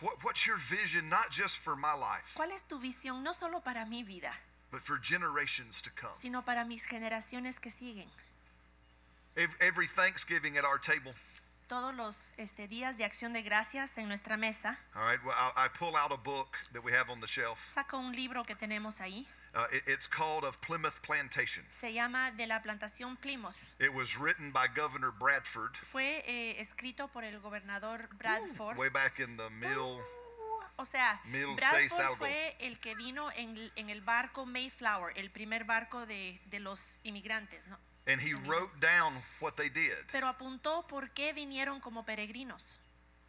Speaker 1: What, what's your vision, not just for my life,
Speaker 2: ¿Cuál es tu visión no solo para mi vida,
Speaker 1: but for generations to come?
Speaker 2: sino para mis generaciones que siguen?
Speaker 1: Ev- Every Thanksgiving at our table,
Speaker 2: Todos los este, días de acción de gracias en nuestra mesa,
Speaker 1: all right, well, I, I pull out a book that we have on the shelf.
Speaker 2: saco un libro que tenemos ahí.
Speaker 1: Uh, it- it's called Of Plymouth Plantation.
Speaker 2: se llama De la plantación Plymouth.
Speaker 1: It was written by Governor Bradford
Speaker 2: Fue eh, escrito por el gobernador Bradford.
Speaker 1: way back in the mill.
Speaker 2: Oh. o sea,
Speaker 1: Middle Seis
Speaker 2: Bradford
Speaker 1: algo.
Speaker 2: fue el que vino en, en el barco Mayflower, el primer barco de, de los inmigrantes, ¿no?
Speaker 1: And he wrote down what they did.
Speaker 2: Pero apuntó por qué vinieron como peregrinos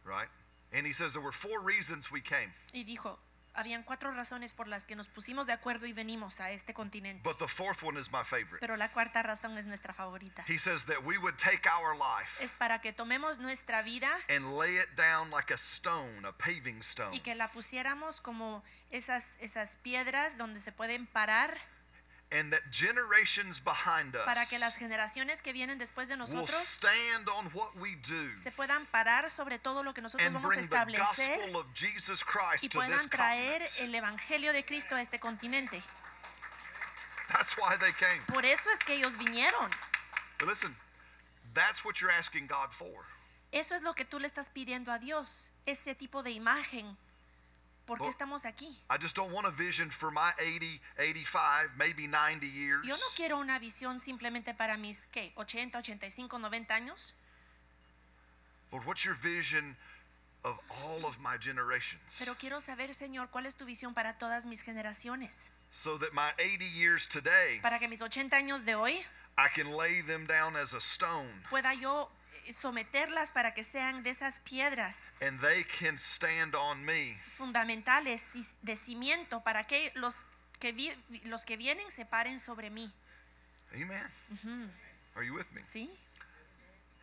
Speaker 1: right? And he says there were four reasons we came.
Speaker 2: y dijo, Habían cuatro razones por las que nos pusimos de acuerdo y venimos a este continente.
Speaker 1: But the fourth one is my favorite.
Speaker 2: Pero la cuarta razón es nuestra favorita.
Speaker 1: He says that we would take our life
Speaker 2: Es para que tomemos nuestra vida
Speaker 1: and lay it down like a stone, a paving stone,
Speaker 2: y que la pusiéramos como esas, esas piedras donde se pueden parar
Speaker 1: and that generations behind us
Speaker 2: para que las generaciones que vienen después de
Speaker 1: will
Speaker 2: nosotros
Speaker 1: stand on what we do
Speaker 2: se puedan parar sobre todo lo que nosotros
Speaker 1: and
Speaker 2: vamos a
Speaker 1: bring the
Speaker 2: establecer
Speaker 1: gospel of Jesus Christ
Speaker 2: y
Speaker 1: to this
Speaker 2: puedan traer
Speaker 1: continent.
Speaker 2: el Evangelio de Cristo a este continente.
Speaker 1: That's why they came.
Speaker 2: Por eso es que ellos vinieron.
Speaker 1: But listen, that's what you're asking God for.
Speaker 2: Eso es lo que tú le estás pidiendo a Dios, este tipo de imagen. ¿Por qué
Speaker 1: Well-
Speaker 2: estamos aquí?
Speaker 1: I just don't want a vision for my 80, 85, maybe 90 years.
Speaker 2: Yo no quiero una visión simplemente para mis, ¿qué? 80, 85, 90 años.
Speaker 1: Lord, what's your vision of all of my generations?
Speaker 2: Pero quiero saber, Señor, cuál es tu visión para todas mis generaciones.
Speaker 1: So that my 80 years today,
Speaker 2: Para que mis 80 años de hoy
Speaker 1: I can lay them down as a stone
Speaker 2: pueda yo eh, someterlas para que sean de esas piedras
Speaker 1: and they can stand on me.
Speaker 2: fundamentales y de cimiento para que los que, vi- los que vienen se paren sobre mí.
Speaker 1: Amen.
Speaker 2: Mm-hmm.
Speaker 1: Are you with me?
Speaker 2: ¿Sí?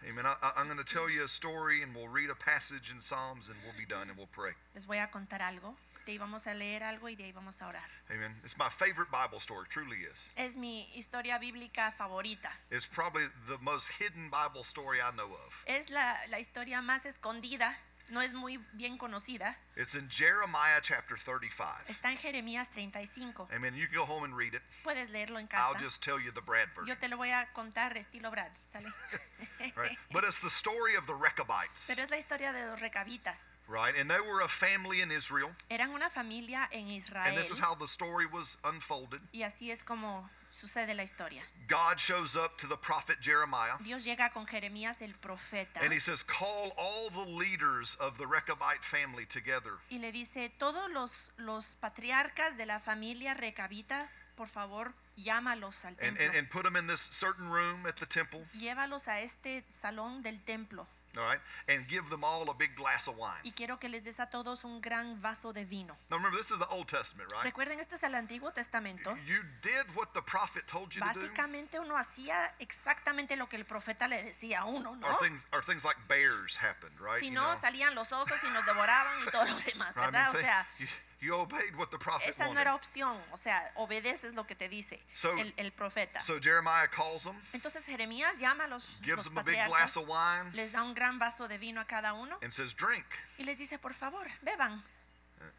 Speaker 1: Amen. I, I, I'm going to tell you a story and we'll read a passage in Psalms and we'll be done and we'll pray.
Speaker 2: Les voy a contar algo. De ahí vamos a leer algo y de ahí vamos a orar.
Speaker 1: Amen. It's my favorite Bible story, truly is.
Speaker 2: Es mi historia bíblica favorita.
Speaker 1: It's probably the most hidden Bible story I know of.
Speaker 2: Es la, la historia más escondida, no es muy bien conocida.
Speaker 1: It's in Jeremiah chapter 35.
Speaker 2: Está en Jeremías 35.
Speaker 1: Amen. You can go home and read it.
Speaker 2: Puedes leerlo en
Speaker 1: I'll
Speaker 2: casa.
Speaker 1: just tell you the Brad version.
Speaker 2: Yo te lo voy a contar estilo Brad, ¿sale?
Speaker 1: Right? But it's the story of the Rechabites,
Speaker 2: Pero es la historia de los recabitas.
Speaker 1: right? And they were a family in Israel,
Speaker 2: Eran una familia en
Speaker 1: and
Speaker 2: Israel.
Speaker 1: this is how the story was unfolded.
Speaker 2: Y así es como sucede la historia.
Speaker 1: God shows up to the prophet Jeremiah,
Speaker 2: Dios llega con Jeremías el profeta
Speaker 1: and he says, Call all the leaders of the Rechabite family together.
Speaker 2: y le dice, todos los, los patriarcas de la familia recabita, por favor, llámalos al
Speaker 1: And,
Speaker 2: templo.
Speaker 1: and, and put them in this certain room at the temple,
Speaker 2: Llévalos a este salón del templo
Speaker 1: all right, and give them all a big glass of wine.
Speaker 2: y quiero que les des a todos un gran vaso de vino.
Speaker 1: Now remember, this is the Old Testament, right?
Speaker 2: Recuerden, este es el Antiguo Testamento.
Speaker 1: You did what the prophet told you to do.
Speaker 2: Básicamente uno hacía exactamente lo que el profeta le decía a uno, ¿no?
Speaker 1: Or things, or things like bears happened, right?
Speaker 2: Si
Speaker 1: You
Speaker 2: no,
Speaker 1: know?
Speaker 2: salían los osos y nos devoraban y todo lo demás,
Speaker 1: I mean,
Speaker 2: ¿verdad? O
Speaker 1: thi-
Speaker 2: sea,
Speaker 1: you, you obeyed what the prophet
Speaker 2: esa no
Speaker 1: wanted.
Speaker 2: era opción. O sea, obedeces lo que te dice
Speaker 1: So-
Speaker 2: el, el profeta.
Speaker 1: So Jeremiah calls them,
Speaker 2: Entonces Jeremías llama a los,
Speaker 1: gives
Speaker 2: los
Speaker 1: them a big glass
Speaker 2: patriarcas,
Speaker 1: of wine,
Speaker 2: les da un gran vaso de vino a cada uno
Speaker 1: and says, Drink.
Speaker 2: y les dice, por favor, beban.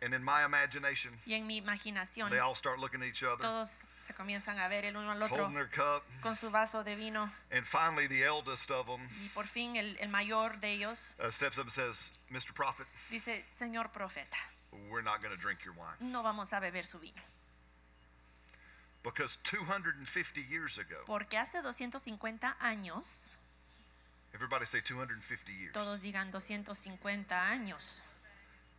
Speaker 1: And in my imagination,
Speaker 2: Y en mi imaginación,
Speaker 1: they all start looking at each other,
Speaker 2: todos se comienzan a ver el uno al otro
Speaker 1: holding their cup.
Speaker 2: con su vaso de vino.
Speaker 1: And finally, the eldest of them
Speaker 2: Y por fin el, el mayor de ellos
Speaker 1: uh, steps up and says, Mr. Prophet,
Speaker 2: dice, Señor profeta,
Speaker 1: we're not going to drink your wine.
Speaker 2: no vamos a beber su vino.
Speaker 1: Because 250 years ago,
Speaker 2: Porque hace 250 años,
Speaker 1: everybody say 250 years.
Speaker 2: todos digan 250 años,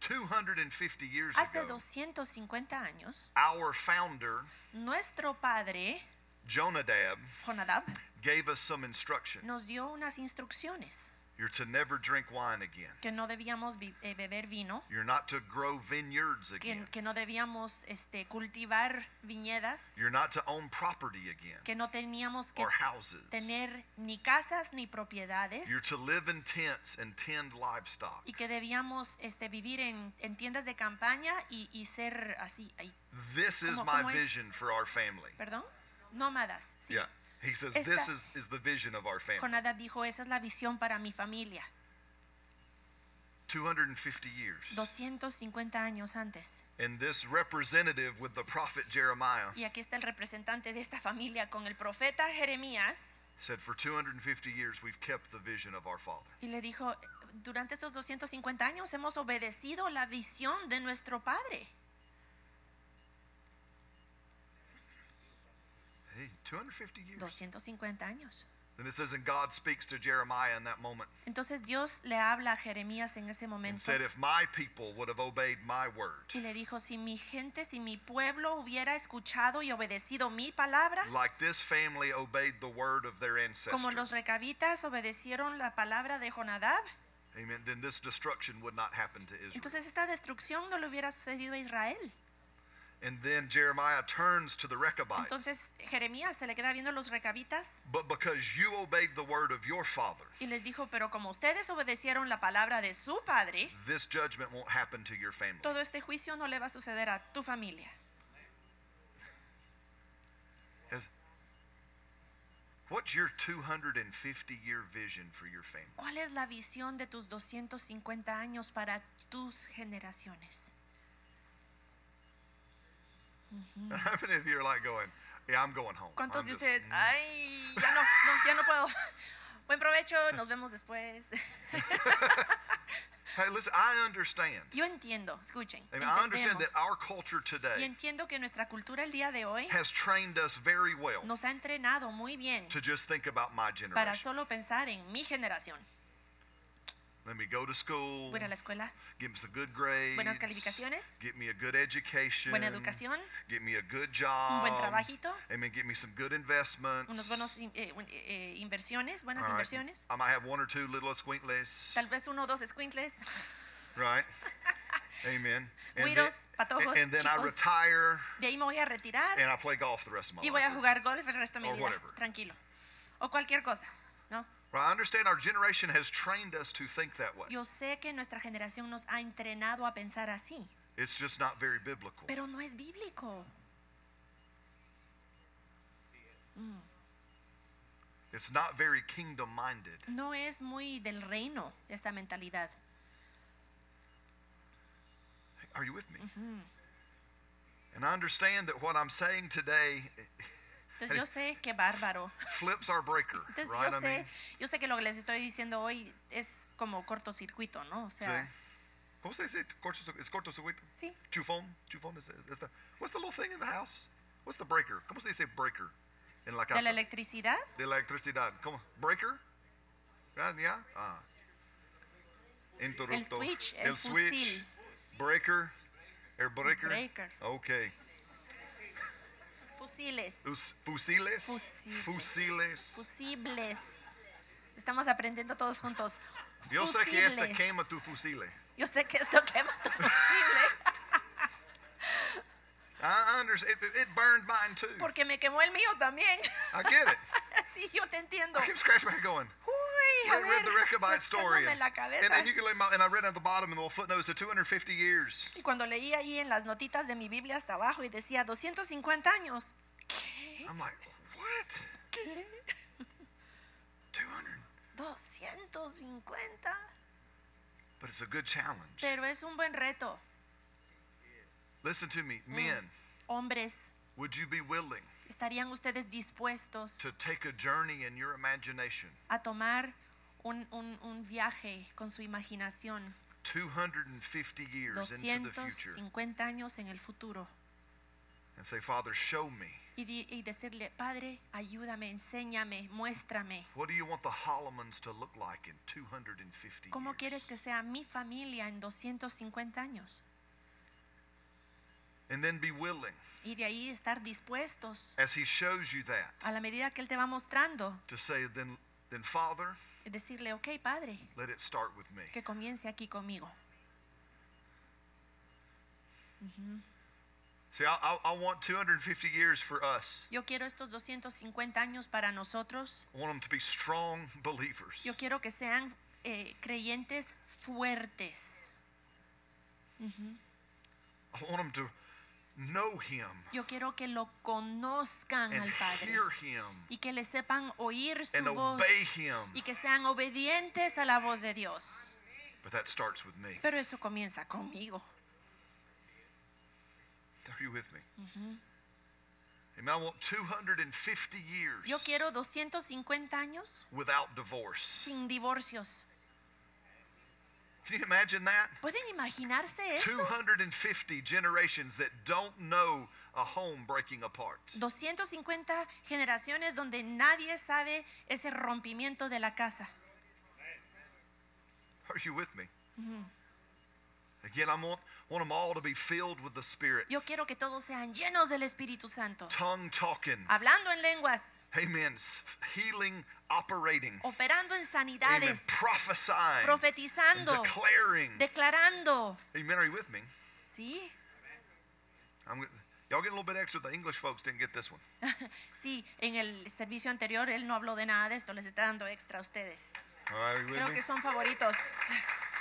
Speaker 1: 250 years
Speaker 2: hace
Speaker 1: ago,
Speaker 2: 250 años,
Speaker 1: our founder,
Speaker 2: nuestro padre,
Speaker 1: Jonadab,
Speaker 2: Jonadab,
Speaker 1: gave us some instruction.
Speaker 2: nos dio unas instrucciones
Speaker 1: You're to never drink wine again.
Speaker 2: que no debíamos vi- eh, beber vino,
Speaker 1: You're not to grow vineyards
Speaker 2: que,
Speaker 1: again.
Speaker 2: que no debíamos este, cultivar viñedas,
Speaker 1: You're not to own property again
Speaker 2: que no teníamos que
Speaker 1: or houses.
Speaker 2: tener ni casas ni propiedades
Speaker 1: You're to live in tents and tend livestock.
Speaker 2: y que debíamos este, vivir en, en tiendas de campaña y, y ser así, ay,
Speaker 1: This is
Speaker 2: ¿Cómo-
Speaker 1: my
Speaker 2: cómo es?
Speaker 1: vision for our family.
Speaker 2: perdón, nómadas. Sí.
Speaker 1: Yeah. He says,
Speaker 2: Esta-
Speaker 1: This is, is the vision of our family.
Speaker 2: Jonadab dijo, esa es la visión para mi familia,
Speaker 1: 250 years.
Speaker 2: 250 años antes.
Speaker 1: And this representative with the prophet Jeremiah
Speaker 2: Y aquí está el representante de esta familia con el profeta Jeremías.
Speaker 1: said, For 250 years, we've kept the vision of our father.
Speaker 2: Y le dijo, durante estos 250 años hemos obedecido la visión de nuestro padre.
Speaker 1: Hey, 250 years.
Speaker 2: 250 años.
Speaker 1: Then it says, And God speaks to Jeremiah in that moment
Speaker 2: Entonces Dios le habla a Jeremías en ese
Speaker 1: and
Speaker 2: momento
Speaker 1: said, If my people would have obeyed my word,
Speaker 2: y le dijo, si mi gente, si mi pueblo hubiera escuchado y obedecido mi palabra,
Speaker 1: like this family obeyed the word of their ancestor.
Speaker 2: como los recabitas obedecieron la palabra de Jonadab,
Speaker 1: amen, then this destruction would not happen to Israel.
Speaker 2: Entonces esta destrucción no le hubiera sucedido a Israel.
Speaker 1: And then Jeremiah turns to the Rechabites.
Speaker 2: Entonces Jeremías se le queda viendo los recabitas
Speaker 1: But because you obeyed the word of your father,
Speaker 2: y les dijo, pero como ustedes obedecieron la palabra de su padre,
Speaker 1: this judgment won't happen to your family.
Speaker 2: todo este juicio no le va a suceder a tu familia.
Speaker 1: Has- What's your 250 year vision for your family?
Speaker 2: ¿Cuál es la visión de tus 250 años para tus generaciones?
Speaker 1: How many of you are like going, Yeah, I'm going home.
Speaker 2: Mm. ¿Cuántos
Speaker 1: I'm
Speaker 2: de
Speaker 1: just-
Speaker 2: ustedes, ay, ya no, no, ya no puedo. Buen provecho, nos vemos después.
Speaker 1: Hey, listen, I understand.
Speaker 2: Yo entiendo, escuchen.
Speaker 1: I, mean, I understand that
Speaker 2: entendemos.
Speaker 1: our culture
Speaker 2: Y
Speaker 1: today
Speaker 2: entiendo que nuestra cultura el día de hoy
Speaker 1: has trained us very well
Speaker 2: nos ha entrenado muy bien
Speaker 1: to just think about my
Speaker 2: para
Speaker 1: generation.
Speaker 2: solo pensar en mi generación.
Speaker 1: Let me go to school,
Speaker 2: Voy a ir a la escuela,
Speaker 1: give me some good grades,
Speaker 2: buenas calificaciones,
Speaker 1: get me a good education,
Speaker 2: buena educación,
Speaker 1: get me a good job,
Speaker 2: buen trabajito.
Speaker 1: amen, get me some good investments.
Speaker 2: unos buenos in- eh, un- eh, inversiones, buenas
Speaker 1: All right.
Speaker 2: inversiones.
Speaker 1: I might have one or two little squinkles,
Speaker 2: Tal vez uno o dos squinkles.
Speaker 1: right? Amen. And then,
Speaker 2: Güiros, patojos,
Speaker 1: and then I
Speaker 2: chicos.
Speaker 1: retire
Speaker 2: De ahí me voy a retirar
Speaker 1: and I play golf the rest of my
Speaker 2: y voy a
Speaker 1: life.
Speaker 2: jugar golf el resto de mi
Speaker 1: Or
Speaker 2: vida.
Speaker 1: whatever.
Speaker 2: Tranquilo. O cualquier cosa. ¿no?
Speaker 1: Right, I understand our generation has trained us to think that way.
Speaker 2: Yo sé que nuestra generación nos ha entrenado a pensar así,
Speaker 1: It's just not very biblical.
Speaker 2: pero no es bíblico.
Speaker 1: It's not very kingdom minded.
Speaker 2: No es muy del reino esa mentalidad.
Speaker 1: Are you with me?
Speaker 2: Mm-hmm.
Speaker 1: And I understand that what I'm saying today
Speaker 2: Entonces yo sé que bárbaro.
Speaker 1: flips our breaker,
Speaker 2: Entonces
Speaker 1: right?
Speaker 2: yo
Speaker 1: I mean,
Speaker 2: sé, yo sé que lo que les estoy diciendo hoy es como cortocircuito, ¿no? O
Speaker 1: see?
Speaker 2: sea,
Speaker 1: ¿Cómo se dice? Corto- Es cortocircuito.
Speaker 2: sí.
Speaker 1: Chufón. Chufón is, is the, what's the little thing in the house? What's the breaker? ¿Cómo se dice breaker? En la casa.
Speaker 2: De la electricidad,
Speaker 1: de la electricidad. ¿Cómo? ¿Breaker? ¿Ya? ¿Ya? Ah.
Speaker 2: el
Speaker 1: Interruptor.
Speaker 2: switch, el,
Speaker 1: El
Speaker 2: fusil.
Speaker 1: switch. Breaker. El breaker.
Speaker 2: Breaker.
Speaker 1: Okay.
Speaker 2: Fusiles.
Speaker 1: Us- Fusiles.
Speaker 2: Fusiles.
Speaker 1: Fusiles.
Speaker 2: Fusibles. Estamos aprendiendo todos juntos.
Speaker 1: Yo sé que esta
Speaker 2: Fusibles.
Speaker 1: quema tu fusile.
Speaker 2: Yo sé que esto quema tu fusible.
Speaker 1: I understand. It, it burned mine too.
Speaker 2: Porque me quemó el mío también.
Speaker 1: I get it.
Speaker 2: sí, yo te entiendo.
Speaker 1: I keep scratching my head going.
Speaker 2: Uy, a
Speaker 1: I read
Speaker 2: ver,
Speaker 1: the Rechabite story.
Speaker 2: rascándome
Speaker 1: And,
Speaker 2: la
Speaker 1: and,
Speaker 2: cabeza.
Speaker 1: and you can lay my, and I read at the bottom in the little footnotes the 250 years.
Speaker 2: Y cuando leí ahí en las notitas de mi Biblia hasta abajo y decía 250 años. ¿Qué?
Speaker 1: I'm like, what?
Speaker 2: ¿Qué?
Speaker 1: 200.
Speaker 2: 250.
Speaker 1: But it's a good challenge.
Speaker 2: Pero es un buen reto.
Speaker 1: Listen to
Speaker 2: mm.
Speaker 1: me, men.
Speaker 2: Hombres,
Speaker 1: Would you be willing
Speaker 2: ¿estarían ustedes dispuestos
Speaker 1: to take a journey in your imagination
Speaker 2: a tomar un, un- un viaje con su imaginación
Speaker 1: 250 years into the future
Speaker 2: 250 años en el futuro
Speaker 1: and say, Father, show me.
Speaker 2: y, di- y decirle, Padre, ayúdame, enséñame, muéstrame,
Speaker 1: What do you want the Hollimans to look like in 250
Speaker 2: ¿cómo
Speaker 1: years?
Speaker 2: quieres que sea mi familia en 250 años?
Speaker 1: And then be willing,
Speaker 2: Y de ahí estar dispuestos
Speaker 1: as He shows you that,
Speaker 2: a la medida que Él te va mostrando,
Speaker 1: to say, then, then Father,
Speaker 2: y decirle, ok, Padre,
Speaker 1: let it start with me.
Speaker 2: que comience aquí conmigo.
Speaker 1: See, I, I, I want 250 years for us.
Speaker 2: Yo quiero estos 250 años para nosotros.
Speaker 1: I want them to be strong believers.
Speaker 2: Yo quiero que sean eh, creyentes fuertes.
Speaker 1: I want them to know Him
Speaker 2: Yo quiero que lo conozcan
Speaker 1: and
Speaker 2: al Padre
Speaker 1: hear Him
Speaker 2: y que le sepan oír su
Speaker 1: and
Speaker 2: voz
Speaker 1: obey Him.
Speaker 2: y que sean obedientes a la voz de Dios.
Speaker 1: But that starts with me.
Speaker 2: Pero eso comienza conmigo.
Speaker 1: Are you with me? Amen. I want 250 years
Speaker 2: Yo quiero 250 años
Speaker 1: without divorce.
Speaker 2: sin divorcios.
Speaker 1: Can you imagine that?
Speaker 2: ¿Pueden imaginarse eso?
Speaker 1: 250 generations that don't know a home breaking apart.
Speaker 2: 250 generaciones donde nadie sabe ese rompimiento de la casa.
Speaker 1: Are you with me?
Speaker 2: Mm-hmm.
Speaker 1: Again, I want, want them all to be filled with the Spirit,
Speaker 2: Yo quiero que todos sean llenos del Espíritu Santo,
Speaker 1: tongue talking,
Speaker 2: hablando en lenguas,
Speaker 1: Amen. S- Healing
Speaker 2: Oh,
Speaker 1: operating.
Speaker 2: operando en
Speaker 1: Amen.
Speaker 2: sanidades,
Speaker 1: Prophesying. and
Speaker 2: profetizando,
Speaker 1: declaring.
Speaker 2: declarando.
Speaker 1: Amen. Are you with me?
Speaker 2: Sí,
Speaker 1: I'm, g- y'all get a little bit extra. The English folks didn't get this one.
Speaker 2: sí, en el servicio anterior él no habló de nada de esto, les está dando extra a ustedes.
Speaker 1: All right, are you with
Speaker 2: Creo
Speaker 1: me?
Speaker 2: que son favoritos,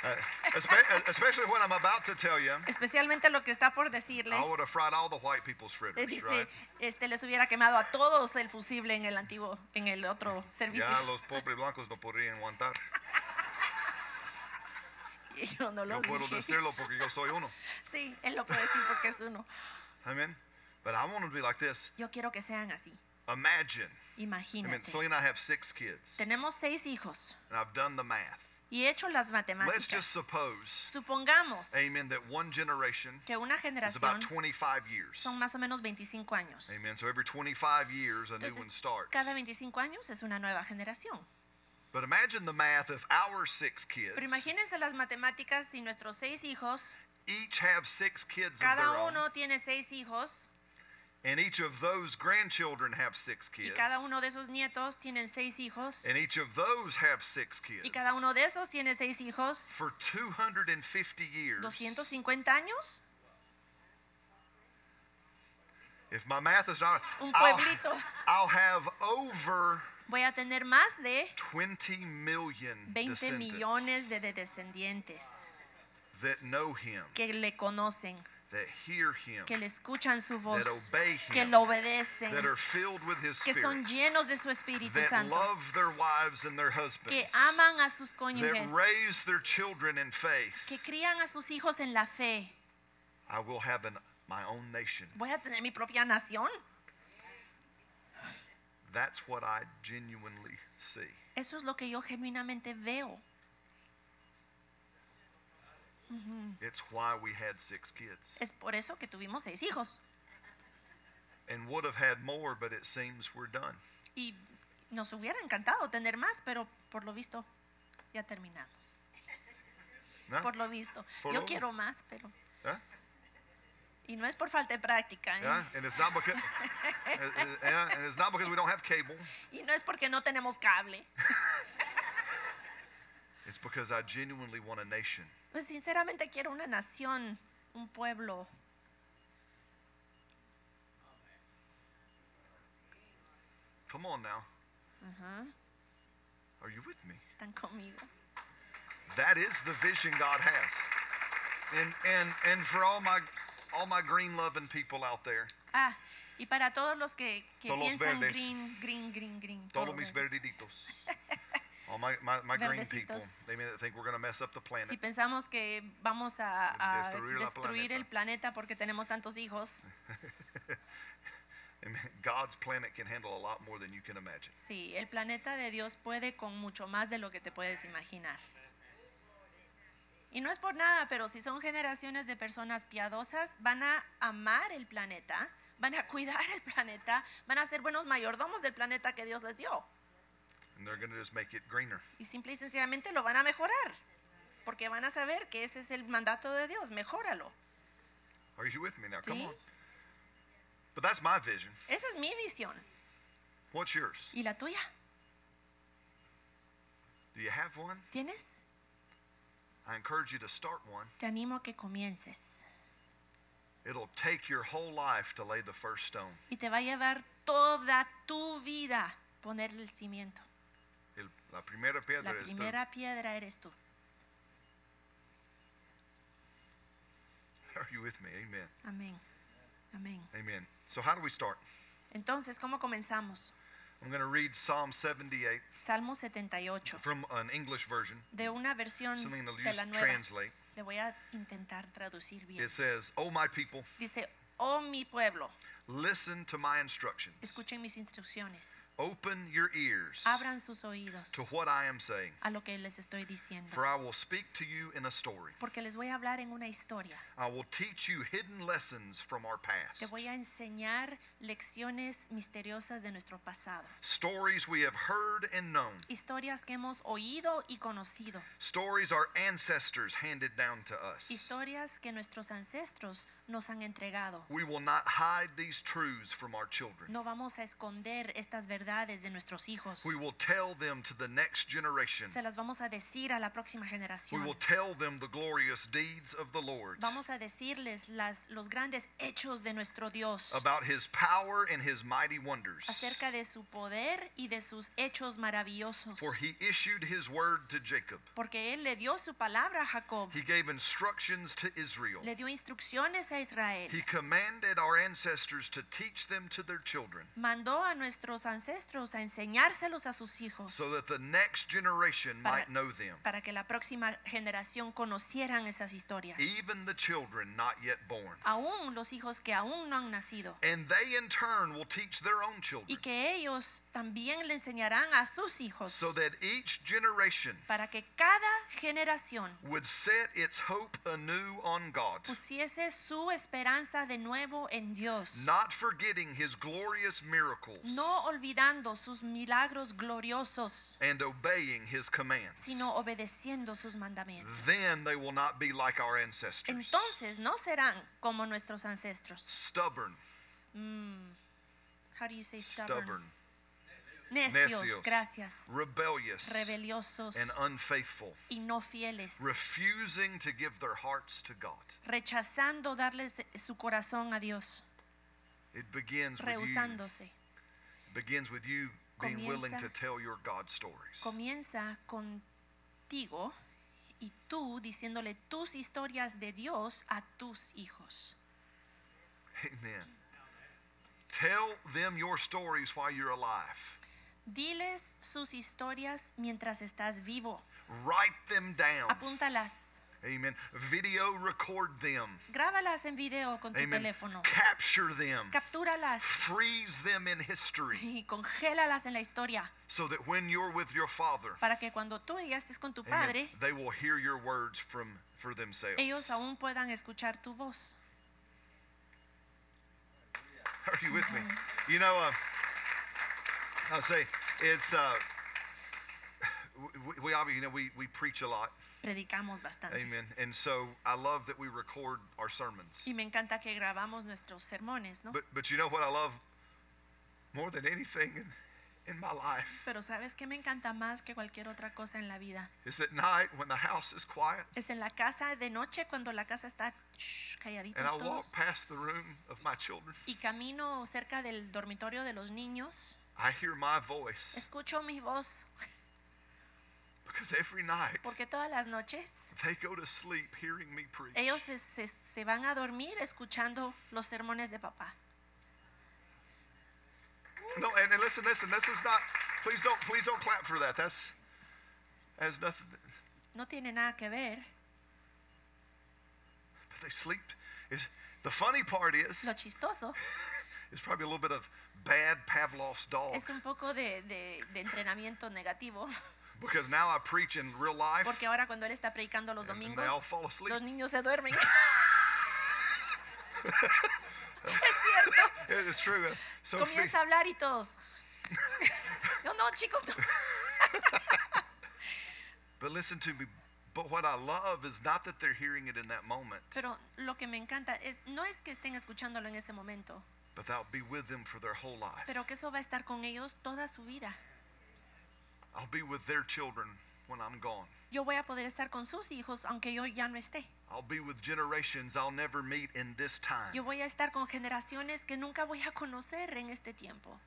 Speaker 1: Uh, espe- especially when I'm about to tell you,
Speaker 2: especialmente lo que está por
Speaker 1: I
Speaker 2: decirles.
Speaker 1: would have fried all the white people's fritters,
Speaker 2: Les dice,
Speaker 1: right?
Speaker 2: este, les hubiera quemado a todos el fusible en el antiguo, en el otro servicio.
Speaker 1: Ya los pobres blancos no podrían aguantar.
Speaker 2: Y yo no lo
Speaker 1: Yo puedo
Speaker 2: dije.
Speaker 1: decirlo porque yo soy uno.
Speaker 2: Sí, él lo puede decir porque es uno.
Speaker 1: Amen. But I want them to be like this.
Speaker 2: Yo quiero que sean así.
Speaker 1: Imagine. I mean,
Speaker 2: Imagínate.
Speaker 1: Celine and I have six kids,
Speaker 2: Tenemos seis hijos
Speaker 1: and I've done the math.
Speaker 2: y he hecho las
Speaker 1: Let's
Speaker 2: matemáticas.
Speaker 1: just suppose,
Speaker 2: Supongamos
Speaker 1: amen, that one generation
Speaker 2: que una
Speaker 1: is about
Speaker 2: generación
Speaker 1: 25 years.
Speaker 2: son más o menos 25 años.
Speaker 1: Amen. So every 25 years, a new one
Speaker 2: Entonces,
Speaker 1: starts.
Speaker 2: cada 25 años es una nueva generación.
Speaker 1: But imagine the math if our six kids
Speaker 2: Pero imagínense las matemáticas si nuestros seis hijos,
Speaker 1: each have six kids of their
Speaker 2: cada
Speaker 1: own,
Speaker 2: uno tiene seis hijos
Speaker 1: and each of those grandchildren have six
Speaker 2: y
Speaker 1: kids,
Speaker 2: cada uno de esos nietos tienen seis hijos.
Speaker 1: and each of those have six kids.
Speaker 2: Y cada uno de esos tiene seis hijos.
Speaker 1: For 250 years,
Speaker 2: 250 años.
Speaker 1: if my math is not,
Speaker 2: Un
Speaker 1: I'll,
Speaker 2: pueblito.
Speaker 1: I'll have over
Speaker 2: Voy a tener más de
Speaker 1: 20 million
Speaker 2: 20
Speaker 1: descendants
Speaker 2: millones de de descendientes
Speaker 1: that know him,
Speaker 2: que le conocen,
Speaker 1: that hear him,
Speaker 2: que le escuchan su voz,
Speaker 1: that obey
Speaker 2: que
Speaker 1: him,
Speaker 2: lo obedecen,
Speaker 1: that are filled with his
Speaker 2: que son
Speaker 1: spirit,
Speaker 2: llenos de su Espíritu
Speaker 1: that
Speaker 2: Santo,
Speaker 1: love their wives and their
Speaker 2: que
Speaker 1: husbands,
Speaker 2: aman a sus
Speaker 1: that
Speaker 2: cónyuges,
Speaker 1: raise their children in faith.
Speaker 2: que crían a sus hijos en la fe.
Speaker 1: I will have an, my own nation.
Speaker 2: Voy a tener mi propia nación.
Speaker 1: That's what I genuinely see.
Speaker 2: Eso es lo que yo genuinamente veo.
Speaker 1: It's why we had six kids
Speaker 2: Es por eso que tuvimos seis hijos
Speaker 1: and would have had more, but it seems we're done.
Speaker 2: y nos hubiera encantado tener más, pero por lo visto ya terminamos.
Speaker 1: ¿No?
Speaker 2: por lo visto.
Speaker 1: Ah, Por
Speaker 2: Yo
Speaker 1: lo-
Speaker 2: quiero más, pero...
Speaker 1: ¿Eh?
Speaker 2: Y no es por falta de práctica, ¿eh?
Speaker 1: Yeah, and it's not because yeah, and it's not because we don't have cable.
Speaker 2: y no es porque no tenemos cable.
Speaker 1: It's because I genuinely want a nation.
Speaker 2: Pues sinceramente quiero una nación, un pueblo.
Speaker 1: Come on now. Are you with me?
Speaker 2: Están conmigo.
Speaker 1: That is the vision God has. And and and for all my all my green loving people out there,
Speaker 2: Ah, y para todos los que, que
Speaker 1: Todos los
Speaker 2: piensan
Speaker 1: verdes.
Speaker 2: green, green, green, green. todo
Speaker 1: todos mis
Speaker 2: verde.
Speaker 1: verditos. All my, my, my green people,
Speaker 2: Verdecitos.
Speaker 1: they mean that think we're going to mess up the planet.
Speaker 2: Si pensamos que vamos a, a
Speaker 1: Destruir
Speaker 2: destruir,
Speaker 1: la planeta.
Speaker 2: el planeta porque tenemos tantos hijos,
Speaker 1: Amen. God's planet can handle a lot more than you can imagine.
Speaker 2: sí, el planeta de Dios puede con mucho más de lo que te puedes imaginar. Y no es por nada, pero si son generaciones de personas piadosas, van a amar el planeta, van a cuidar el planeta, van a ser buenos mayordomos del planeta que Dios les dio.
Speaker 1: And they're going to just make it greener.
Speaker 2: Y simple y sencillamente lo van a mejorar, porque van a saber que ese es el mandato de Dios, mejóralo.
Speaker 1: Are you with me now? Come
Speaker 2: ¿sí?
Speaker 1: on. But that's my vision.
Speaker 2: Esa es mi visión.
Speaker 1: What's yours?
Speaker 2: ¿Y la tuya?
Speaker 1: Do you have one?
Speaker 2: ¿Tienes?
Speaker 1: I encourage you to start one.
Speaker 2: Te animo a que comiences.
Speaker 1: It'll take your whole life to lay the first stone.
Speaker 2: Y te va a llevar toda tu vida ponerle el cimiento.
Speaker 1: El- la primera piedra
Speaker 2: La
Speaker 1: es tú.
Speaker 2: primera piedra eres tú.
Speaker 1: Are you with me? Amen.
Speaker 2: Amén. Amén.
Speaker 1: Amen. So how do we start?
Speaker 2: Entonces, ¿cómo comenzamos?
Speaker 1: I'm going to read Psalm 78
Speaker 2: Salmo 78,
Speaker 1: from an English version.
Speaker 2: de una versión
Speaker 1: Selena will
Speaker 2: de
Speaker 1: use
Speaker 2: la nueva.
Speaker 1: translate.
Speaker 2: Le voy a intentar traducir bien.
Speaker 1: It says, "Oh my people,
Speaker 2: Dice, oh mi pueblo,
Speaker 1: listen to my instructions.
Speaker 2: escuchen mis instrucciones,
Speaker 1: Open your ears
Speaker 2: abran sus oídos
Speaker 1: to what I am saying,
Speaker 2: a lo que les estoy diciendo,
Speaker 1: for I will speak to you in a story.
Speaker 2: porque les voy a hablar en una historia.
Speaker 1: I will teach you hidden lessons from our
Speaker 2: Te
Speaker 1: past,
Speaker 2: voy a enseñar lecciones misteriosas de nuestro pasado.
Speaker 1: stories we have heard and known,
Speaker 2: historias que hemos oído y conocido,
Speaker 1: stories our ancestors handed down to us.
Speaker 2: historias que nuestros ancestros nos han entregado.
Speaker 1: We will not hide these truths from our children.
Speaker 2: No vamos a esconder estas necesidades de nuestros hijos.
Speaker 1: We will tell them to the next generation.
Speaker 2: Se las vamos a decir a la próxima
Speaker 1: We
Speaker 2: generación.
Speaker 1: will tell them the glorious deeds of the Lord,
Speaker 2: Vamos a decirles las, los grandes hechos de nuestro Dios
Speaker 1: about his power and his mighty wonders.
Speaker 2: acerca de su poder y de sus hechos maravillosos.
Speaker 1: For he issued his word to Jacob,
Speaker 2: Porque Él le dio su palabra a Jacob,
Speaker 1: he gave instructions to Israel,
Speaker 2: le dio instrucciones a
Speaker 1: he
Speaker 2: Israel,
Speaker 1: commanded our ancestors to teach them to their children,
Speaker 2: mandó a nuestros ancestros a enseñárselos a sus hijos
Speaker 1: so that the next generation
Speaker 2: Para-
Speaker 1: might know them,
Speaker 2: para que la próxima generación conocieran esas historias.
Speaker 1: even the children not yet born.
Speaker 2: Aún los hijos que aún no han nacido.
Speaker 1: And they in turn will teach their own
Speaker 2: y
Speaker 1: children,
Speaker 2: que ellos también le enseñarán a sus hijos
Speaker 1: so that each generation
Speaker 2: para que cada generación
Speaker 1: would set its hope anew on God.
Speaker 2: pusiese su esperanza de nuevo en Dios,
Speaker 1: not forgetting his glorious miracles
Speaker 2: no olvidando sus milagros gloriosos,
Speaker 1: and obeying his commands.
Speaker 2: sino obedeciendo sus mandamientos.
Speaker 1: Then they will not be like our ancestors,
Speaker 2: Entonces no serán como nuestros ancestros.
Speaker 1: stubborn,
Speaker 2: How do you say stubborn?
Speaker 1: stubborn,
Speaker 2: Necios,
Speaker 1: Necios.
Speaker 2: gracias.
Speaker 1: rebellious,
Speaker 2: Rebeliosos
Speaker 1: and unfaithful,
Speaker 2: y no fieles,
Speaker 1: refusing to give their hearts to God.
Speaker 2: rechazando darles su corazón a Dios,
Speaker 1: It begins with you,
Speaker 2: rehusándose.
Speaker 1: begins with you being willing
Speaker 2: Comienza-
Speaker 1: to tell your God stories.
Speaker 2: comienza contigo y tú diciéndole tus historias de Dios a tus hijos.
Speaker 1: Amen. Tell them your stories while you're alive.
Speaker 2: Diles sus historias mientras estás vivo.
Speaker 1: Write them down.
Speaker 2: Apúntalas.
Speaker 1: Amen. Video record them.
Speaker 2: Grábalas en video con tu teléfono.
Speaker 1: Capture them.
Speaker 2: Captúralas
Speaker 1: Freeze them in history
Speaker 2: y congélalas en la historia
Speaker 1: so that when you're with your father,
Speaker 2: para que cuando tú ya estés con tu
Speaker 1: amen,
Speaker 2: padre,
Speaker 1: they will hear your words from for themselves.
Speaker 2: ellos aún puedan escuchar tu voz.
Speaker 1: Are you with me? You know, uh, I'll say it's uh, we, we obviously you know we, we preach a lot,
Speaker 2: Predicamos bastante.
Speaker 1: amen. And so I love that we record our sermons.
Speaker 2: Y me encanta que grabamos nuestros sermones, ¿no?
Speaker 1: But but you know what I love more than anything in, in my life
Speaker 2: Pero sabes que me encanta más que cualquier otra cosa en la vida.
Speaker 1: is at night when the house is quiet
Speaker 2: Es en la casa de noche cuando la casa está shh, calladitos
Speaker 1: and I walk
Speaker 2: todos
Speaker 1: past the room of my children.
Speaker 2: y camino cerca del dormitorio de los niños,
Speaker 1: I hear my voice.
Speaker 2: escucho mi voz
Speaker 1: Because every night
Speaker 2: porque todas las noches
Speaker 1: they go to sleep hearing me preach.
Speaker 2: ellos se, se- se van a dormir escuchando los sermones de papá.
Speaker 1: No, and, and listen, listen, this is not. Please don't, please don't clap for that. That's has nothing.
Speaker 2: No tiene nada que ver.
Speaker 1: But they sleep. Is the funny part is
Speaker 2: Lo chistoso
Speaker 1: it's probably a little bit of bad Pavlov's dog
Speaker 2: es un poco de, de- de entrenamiento negativo
Speaker 1: because now I preach in real life.
Speaker 2: porque ahora cuando él está predicando los
Speaker 1: And they
Speaker 2: domingos
Speaker 1: all fall asleep.
Speaker 2: los niños se duermen. es cierto.
Speaker 1: It- It's true. Uh, Sophie,
Speaker 2: comienza a hablar y todos. Yo no, chicos, no.
Speaker 1: but listen to me. But what I love is not that they're hearing it in that moment,
Speaker 2: Pero lo que me encanta es no es que estén escuchándolo en ese momento,
Speaker 1: but that'll be with them for their whole life.
Speaker 2: pero que eso va a estar con ellos toda su vida.
Speaker 1: I'll be with their children when I'm gone.
Speaker 2: Yo voy a poder estar con sus hijos aunque yo ya no esté.
Speaker 1: I'll be with generations I'll never meet in this time.
Speaker 2: Yo voy a estar con generaciones que nunca voy a conocer en este tiempo.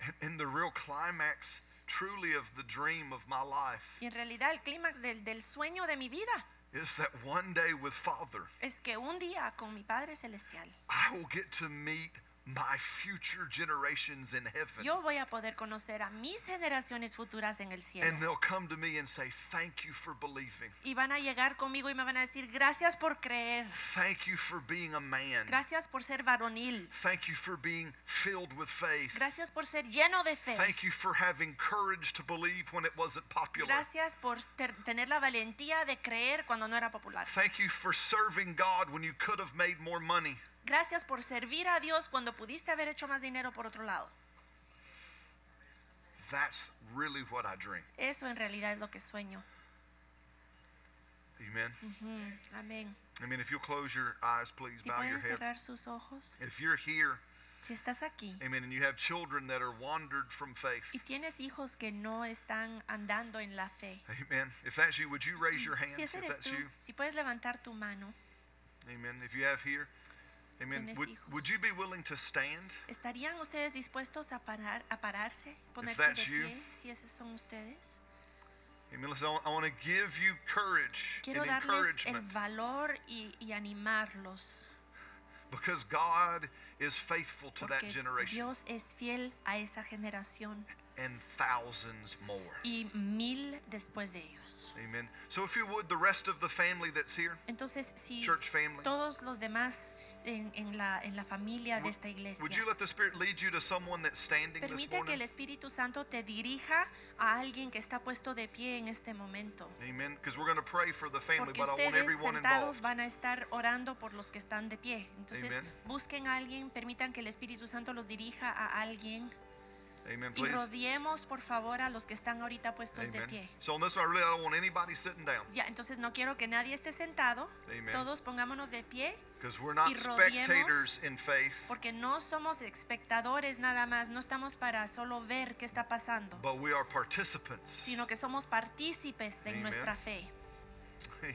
Speaker 1: And- And the real climax, truly, of the dream of my life
Speaker 2: Y en realidad el clímax del, del sueño de mi vida
Speaker 1: is that one day with Father,
Speaker 2: es que un día con mi Padre Celestial
Speaker 1: I will get to meet my future generations in heaven.
Speaker 2: yo voy a poder conocer a mis generaciones futuras en el
Speaker 1: And
Speaker 2: cielo.
Speaker 1: they'll come to me and say, Thank you for believing.
Speaker 2: Y van a llegar conmigo y me van a decir gracias por creer.
Speaker 1: Thank you for being a man.
Speaker 2: Gracias por ser varonil.
Speaker 1: Thank you for being filled with faith.
Speaker 2: Gracias por ser lleno de fe.
Speaker 1: Thank you for having courage to believe when it wasn't popular.
Speaker 2: Gracias por ter- tener la valentía de creer cuando no era popular.
Speaker 1: Thank you for serving God when you could have made more money.
Speaker 2: Gracias por servir a Dios cuando pudiste haber hecho más dinero por otro lado.
Speaker 1: That's really what I dream.
Speaker 2: Eso en realidad es lo que sueño.
Speaker 1: Amen.
Speaker 2: Amén.
Speaker 1: I mean, if you'll close your eyes, please
Speaker 2: Mm. Si
Speaker 1: bow your
Speaker 2: pueden
Speaker 1: heads.
Speaker 2: cerrar sus ojos.
Speaker 1: If you're here
Speaker 2: Si estás aquí
Speaker 1: Amen. And you have children that are wandered from
Speaker 2: y
Speaker 1: faith.
Speaker 2: tienes hijos que no están andando en la fe,
Speaker 1: Amen. If that's you, would you raise your hand?
Speaker 2: Mm, si
Speaker 1: If
Speaker 2: ese eres
Speaker 1: that's
Speaker 2: tú,
Speaker 1: you,
Speaker 2: si puedes levantar tu mano,
Speaker 1: Amen. If you have here, Amen.
Speaker 2: Tienes
Speaker 1: Would,
Speaker 2: hijos.
Speaker 1: would you be willing to stand?
Speaker 2: ¿estarían ustedes dispuestos a, parar, a pararse, ponerse de
Speaker 1: that's you-
Speaker 2: pie, si esos son ustedes?
Speaker 1: Amen. Listen, I want to give you courage
Speaker 2: Quiero
Speaker 1: and
Speaker 2: darles el
Speaker 1: encouragement
Speaker 2: valor y, y animarlos,
Speaker 1: because God is faithful to that
Speaker 2: porque
Speaker 1: generation
Speaker 2: Dios es fiel a esa generación
Speaker 1: and thousands more.
Speaker 2: y mil después de ellos.
Speaker 1: Amen. So if you would, the rest of the family that's here,
Speaker 2: Entonces, si
Speaker 1: Church family.
Speaker 2: todos los demás en, en la, en la familia de
Speaker 1: would,
Speaker 2: esta iglesia,
Speaker 1: would you let the Spirit lead you to someone that's standing this
Speaker 2: permite que
Speaker 1: morning?
Speaker 2: el Espíritu Santo te dirija a alguien que está puesto de pie en este momento.
Speaker 1: Amen. Because we're going to pray for the family,
Speaker 2: Porque
Speaker 1: but I want
Speaker 2: ustedes
Speaker 1: everyone
Speaker 2: sentados
Speaker 1: involved.
Speaker 2: van a estar orando por los que están de pie. Entonces,
Speaker 1: Amen.
Speaker 2: busquen a alguien, permitan que el Espíritu Santo los dirija a alguien
Speaker 1: Amen.
Speaker 2: y
Speaker 1: Please.
Speaker 2: rodeemos, por favor, a los que están ahorita puestos de
Speaker 1: Pues Amen.
Speaker 2: pie.
Speaker 1: So on this one, I really don't want anybody sitting down
Speaker 2: Ya, entonces no quiero que nadie esté sentado.
Speaker 1: Amen.
Speaker 2: Todos pongámonos de pie
Speaker 1: because we're not
Speaker 2: Y rodeemos-
Speaker 1: spectators in faith,
Speaker 2: porque no somos espectadores nada más, no estamos para solo ver qué está pasando,
Speaker 1: but we are participants.
Speaker 2: sino que somos partícipes de
Speaker 1: Amen.
Speaker 2: nuestra fe,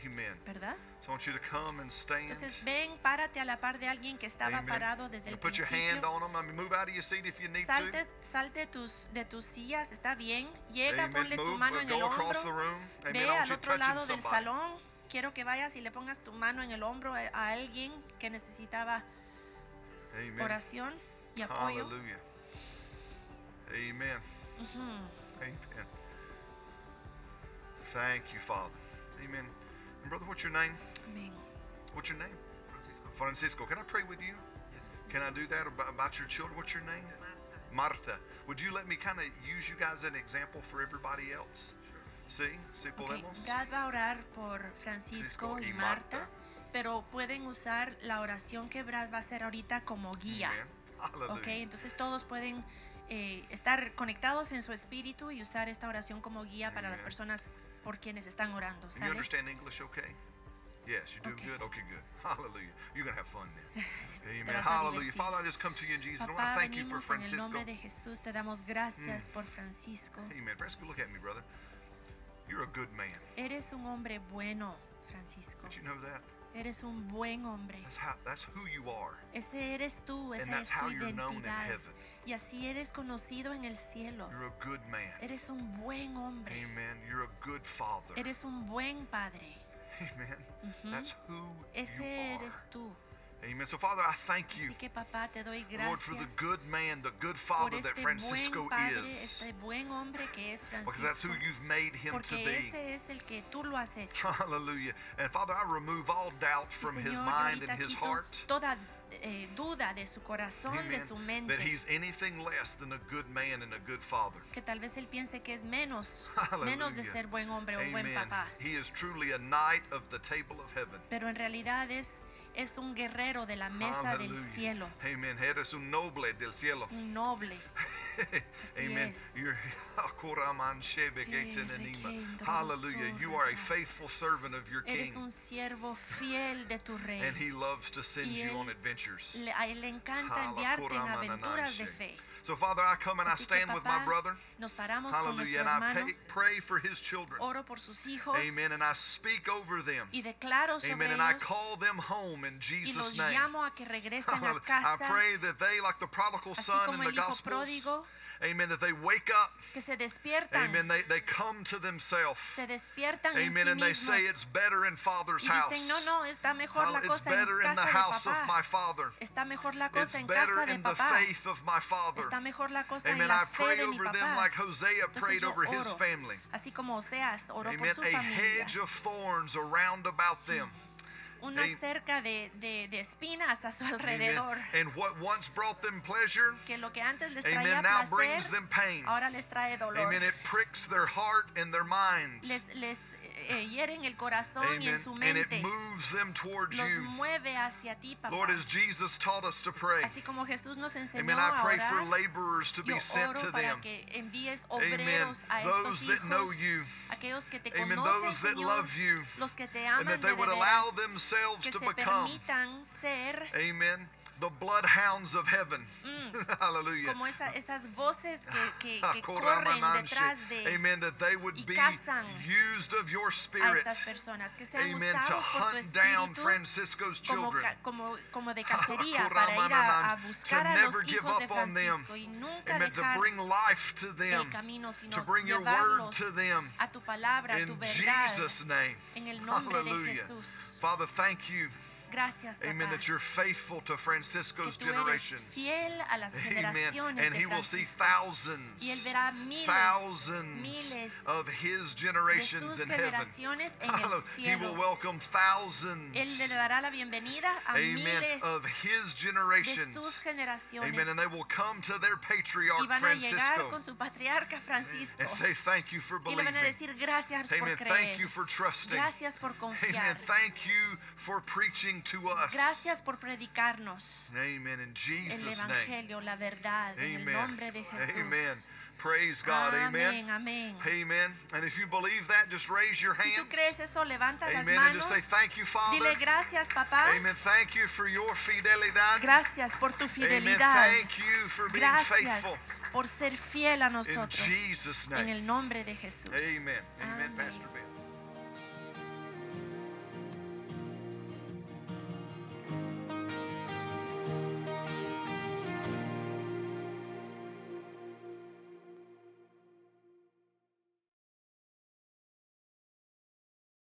Speaker 1: Amen.
Speaker 2: ¿verdad?
Speaker 1: So I want you to come and stand.
Speaker 2: Entonces ven, párate a la par de alguien que estaba
Speaker 1: Amen.
Speaker 2: parado desde
Speaker 1: You
Speaker 2: el
Speaker 1: put your hand
Speaker 2: principio.
Speaker 1: on them. I mean, move out of your seat if you need
Speaker 2: Salte, salte tus, de tus sillas, está bien.
Speaker 1: to.
Speaker 2: Llega, ponle tu
Speaker 1: Move.
Speaker 2: mano
Speaker 1: We'll
Speaker 2: en el
Speaker 1: go across the
Speaker 2: hombro.
Speaker 1: room. Amen.
Speaker 2: Ve
Speaker 1: I want
Speaker 2: al
Speaker 1: you
Speaker 2: otro
Speaker 1: touching
Speaker 2: lado del
Speaker 1: somebody.
Speaker 2: salón. Quiero que vayas y le pongas tu mano en el hombro a, a alguien que necesitaba
Speaker 1: Amen.
Speaker 2: oración y
Speaker 1: Ah,
Speaker 2: apoyo.
Speaker 1: Hallelujah. Amen. Amen. Thank you, Father. Amen. And brother, what's your name?
Speaker 2: Amén.
Speaker 1: What's your name?
Speaker 3: Francisco.
Speaker 1: Francisco. Can I pray with you?
Speaker 3: Yes.
Speaker 1: Can I do that about, about your children? What's your name? Martha. Would you let me kind of use you guys as an example for everybody else? See? Si
Speaker 2: Ok,
Speaker 1: podemos?
Speaker 2: Brad va a orar por Francisco
Speaker 1: Francisco
Speaker 2: y
Speaker 1: y
Speaker 2: Marta,
Speaker 1: Marta.
Speaker 2: pero pueden usar la oración que Brad va a hacer ahorita como guía.
Speaker 1: Amen. Hallelujah.
Speaker 2: Ok, entonces todos pueden eh, estar conectados en su espíritu y usar esta oración como guía para las
Speaker 1: Amen.
Speaker 2: personas por quienes están orando.
Speaker 1: And you
Speaker 2: ¿sale?
Speaker 1: understand English okay? Yes, you do
Speaker 2: Okay.
Speaker 1: good? Okay, good. Hallelujah. You're going to have fun then. Amen.
Speaker 2: vas a
Speaker 1: Hallelujah.
Speaker 2: divertir.
Speaker 1: Father, I just come to you in Jesus. I want
Speaker 2: Papá,
Speaker 1: to thank you for
Speaker 2: venimos en el
Speaker 1: Francisco. Mm.
Speaker 2: nombre de Jesús, te damos gracias por Francisco.
Speaker 1: Amen. Francisco, look at me, brother. You're a good man.
Speaker 2: Eres un hombre bueno, Francisco.
Speaker 1: Did you know that?
Speaker 2: Eres un buen hombre.
Speaker 1: That's how. That's who you are.
Speaker 2: Ese eres tú, esa es
Speaker 1: that's
Speaker 2: tu
Speaker 1: how you're known in
Speaker 2: identidad.
Speaker 1: heaven.
Speaker 2: Y así eres conocido en el cielo.
Speaker 1: You're a good man.
Speaker 2: Eres un buen hombre.
Speaker 1: Amen. You're a good father.
Speaker 2: Eres un buen padre.
Speaker 1: Amen. That's who you
Speaker 2: Ese
Speaker 1: are.
Speaker 2: eres tú.
Speaker 1: Amen. So, Father, I thank you,
Speaker 2: Así que papá, te doy
Speaker 1: Lord, for the
Speaker 2: gracias
Speaker 1: good man, the good
Speaker 2: por
Speaker 1: father that
Speaker 2: este
Speaker 1: Francisco
Speaker 2: buen padre,
Speaker 1: is,
Speaker 2: este buen hombre que es
Speaker 1: because that's who
Speaker 2: Francisco.
Speaker 1: you've made him to
Speaker 2: Porque
Speaker 1: be.
Speaker 2: ese es el que tú lo has hecho.
Speaker 1: Hallelujah. And Father, I remove all doubt
Speaker 2: Y,
Speaker 1: from his
Speaker 2: Señor,
Speaker 1: mind
Speaker 2: ahorita
Speaker 1: and his
Speaker 2: quito
Speaker 1: heart.
Speaker 2: toda eh, duda de su corazón, de su
Speaker 1: Amen.
Speaker 2: mente.
Speaker 1: That he's anything less than a good man and a good father.
Speaker 2: que tal vez él piense que es menos, menos de
Speaker 1: Hallelujah.
Speaker 2: ser buen hombre o buen
Speaker 1: Amen.
Speaker 2: papá.
Speaker 1: He is truly a knight of the table of heaven.
Speaker 2: Pero en realidad es, es un guerrero de la mesa del
Speaker 1: Hallelujah.
Speaker 2: cielo,
Speaker 1: Amen. Eres un noble del cielo.
Speaker 2: un noble. Así
Speaker 1: Amen.
Speaker 2: es.
Speaker 1: You're- Koraman shebe geten
Speaker 2: Eh,
Speaker 1: enima.
Speaker 2: requeen,
Speaker 1: Hallelujah.
Speaker 2: dorosor,
Speaker 1: You are a
Speaker 2: regas.
Speaker 1: faithful servant of your
Speaker 2: Eres un
Speaker 1: king.
Speaker 2: siervo fiel de tu rey.
Speaker 1: And he loves to send
Speaker 2: Y
Speaker 1: you
Speaker 2: él
Speaker 1: on adventures.
Speaker 2: Le- a él le encanta enviarte en aventuras de fe.
Speaker 1: Hallelujah. So, Father, I come and I
Speaker 2: Así que
Speaker 1: stand with my
Speaker 2: papá,
Speaker 1: brother.
Speaker 2: nos paramos con
Speaker 1: Hallelujah.
Speaker 2: nuestro
Speaker 1: And I
Speaker 2: hermano,
Speaker 1: pay, pray for his children.
Speaker 2: oro por sus hijos
Speaker 1: Amen. And I speak over them.
Speaker 2: y declaro sobre
Speaker 1: Amen. And I
Speaker 2: ellos
Speaker 1: call them home in
Speaker 2: y los
Speaker 1: Jesus' name.
Speaker 2: llamo a que regresen
Speaker 1: Hallelujah.
Speaker 2: a
Speaker 1: I
Speaker 2: casa,
Speaker 1: pray that they, like the prodigal
Speaker 2: así
Speaker 1: son in
Speaker 2: como
Speaker 1: the
Speaker 2: el hijo
Speaker 1: Gospels,
Speaker 2: pródigo,
Speaker 1: amen, that they wake up,
Speaker 2: que se despiertan,
Speaker 1: amen, they, they come to themselves,
Speaker 2: se despiertan en sí
Speaker 1: amen, and they say it's
Speaker 2: mismos
Speaker 1: better in Father's
Speaker 2: y
Speaker 1: house.
Speaker 2: dicen, no, no, está mejor la
Speaker 1: Hallelujah. It's
Speaker 2: cosa en
Speaker 1: better in the
Speaker 2: casa de
Speaker 1: house of my
Speaker 2: papá.
Speaker 1: Father.
Speaker 2: Está mejor la
Speaker 1: It's
Speaker 2: cosa en
Speaker 1: better
Speaker 2: casa de
Speaker 1: in the
Speaker 2: papá.
Speaker 1: faith of my Father.
Speaker 2: Está mejor la cosa en
Speaker 1: Amen. I
Speaker 2: la fe
Speaker 1: pray
Speaker 2: de mi
Speaker 1: over them
Speaker 2: papá.
Speaker 1: like Hosea
Speaker 2: Entonces
Speaker 1: prayed
Speaker 2: yo
Speaker 1: over his
Speaker 2: oro,
Speaker 1: family.
Speaker 2: así como Oseas oró por
Speaker 1: Amen.
Speaker 2: su
Speaker 1: A
Speaker 2: familia.
Speaker 1: hedge of thorns around about them.
Speaker 2: Una
Speaker 1: Amen.
Speaker 2: cerca de, de- de espinas a su
Speaker 1: Amen.
Speaker 2: alrededor.
Speaker 1: And what once brought them pleasure,
Speaker 2: Que lo que antes les traía
Speaker 1: amen, now brings
Speaker 2: placer,
Speaker 1: them pain.
Speaker 2: ahora les trae dolor.
Speaker 1: Amen. It pricks their heart and their mind.
Speaker 2: Les, les eh, hieren el corazón y
Speaker 1: Amen.
Speaker 2: en su
Speaker 1: And it
Speaker 2: mente.
Speaker 1: moves them towards
Speaker 2: Los
Speaker 1: you.
Speaker 2: mueve hacia ti, papá.
Speaker 1: Lord, as Jesus taught us to pray,
Speaker 2: Así como Jesús nos enseñó
Speaker 1: amen, I
Speaker 2: a
Speaker 1: pray
Speaker 2: orar,
Speaker 1: for laborers to
Speaker 2: yo
Speaker 1: be sent to
Speaker 2: oro para
Speaker 1: them.
Speaker 2: que envíes obreros a
Speaker 1: Those
Speaker 2: estos
Speaker 1: that know
Speaker 2: hijos,
Speaker 1: you.
Speaker 2: aquellos que te
Speaker 1: Amen.
Speaker 2: conocen,
Speaker 1: Those that
Speaker 2: Señor,
Speaker 1: love you.
Speaker 2: los que te
Speaker 1: And
Speaker 2: aman
Speaker 1: that
Speaker 2: de
Speaker 1: they would
Speaker 2: veras,
Speaker 1: allow themselves
Speaker 2: que
Speaker 1: to
Speaker 2: se
Speaker 1: become,
Speaker 2: permitan ser
Speaker 1: amen, the bloodhounds of heaven. Hallelujah.
Speaker 2: Mm. como esa- esas voces que, que- que corren detrás
Speaker 1: Koramanche.
Speaker 2: de
Speaker 1: Amen. That they would
Speaker 2: y
Speaker 1: be
Speaker 2: cazan
Speaker 1: used of your
Speaker 2: a
Speaker 1: spirit.
Speaker 2: estas personas, que sean
Speaker 1: Amen. To
Speaker 2: usados por tu
Speaker 1: hunt down
Speaker 2: espíritu
Speaker 1: Francisco's
Speaker 2: como,
Speaker 1: children.
Speaker 2: ca- como, como de cacería para ir a, a buscar a los hijos de Francisco y nunca
Speaker 1: Amen. To
Speaker 2: dejar
Speaker 1: bring life to them.
Speaker 2: el camino, sino
Speaker 1: To bring your word
Speaker 2: llevarlos
Speaker 1: to them.
Speaker 2: a tu palabra, a
Speaker 1: In
Speaker 2: tu verdad,
Speaker 1: Jesus' name.
Speaker 2: en el nombre de
Speaker 1: Hallelujah.
Speaker 2: Jesús.
Speaker 1: Father, thank you.
Speaker 2: Gracias, papá,
Speaker 1: Amen. That you're faithful to
Speaker 2: que
Speaker 1: Francisco's
Speaker 2: tú eres
Speaker 1: generations.
Speaker 2: fiel a las
Speaker 1: Amen.
Speaker 2: generaciones
Speaker 1: And
Speaker 2: de
Speaker 1: he will see
Speaker 2: Francisco.
Speaker 1: thousands,
Speaker 2: Y él verá miles,
Speaker 1: thousands
Speaker 2: miles
Speaker 1: of his
Speaker 2: de
Speaker 1: generations
Speaker 2: sus
Speaker 1: in heaven.
Speaker 2: generaciones en el
Speaker 1: Hallelujah. He will
Speaker 2: cielo.
Speaker 1: welcome thousands,
Speaker 2: Él le dará la bienvenida a
Speaker 1: amen,
Speaker 2: miles
Speaker 1: of his
Speaker 2: de
Speaker 1: generations.
Speaker 2: sus generaciones
Speaker 1: Amen. And they will come to their patriarch
Speaker 2: y van a llegar
Speaker 1: Francisco
Speaker 2: con su patriarca Francisco
Speaker 1: and say, Thank you for
Speaker 2: y
Speaker 1: believing.
Speaker 2: le van a decir gracias por
Speaker 1: Amen. Thank you
Speaker 2: creer,
Speaker 1: for trusting.
Speaker 2: gracias por
Speaker 1: Amen.
Speaker 2: confiar,
Speaker 1: Thank you for preaching to us.
Speaker 2: gracias por predicarnos
Speaker 1: Amen. In
Speaker 2: el
Speaker 1: Jesus' name.
Speaker 2: Evangelio, la verdad, en el
Speaker 1: Amen.
Speaker 2: nombre de
Speaker 1: Amen.
Speaker 2: Jesús.
Speaker 1: Praise God.
Speaker 2: Amén, amén.
Speaker 1: Amen. And if you believe that, just raise your
Speaker 2: Si tú
Speaker 1: hand.
Speaker 2: crees eso, levanta las
Speaker 1: Amen. And
Speaker 2: manos.
Speaker 1: just say, Thank you, Father.
Speaker 2: Dile gracias, papá.
Speaker 1: Amen. Thank you for your fidelidad.
Speaker 2: Gracias por tu
Speaker 1: Amen.
Speaker 2: fidelidad.
Speaker 1: Thank you for being
Speaker 2: Gracias
Speaker 1: faithful.
Speaker 2: por ser fiel a
Speaker 1: In
Speaker 2: nosotros.
Speaker 1: Jesus'
Speaker 2: En
Speaker 1: name.
Speaker 2: el nombre de Jesús.
Speaker 1: Amen. Amen,
Speaker 2: Amén.
Speaker 1: Pastor Ben.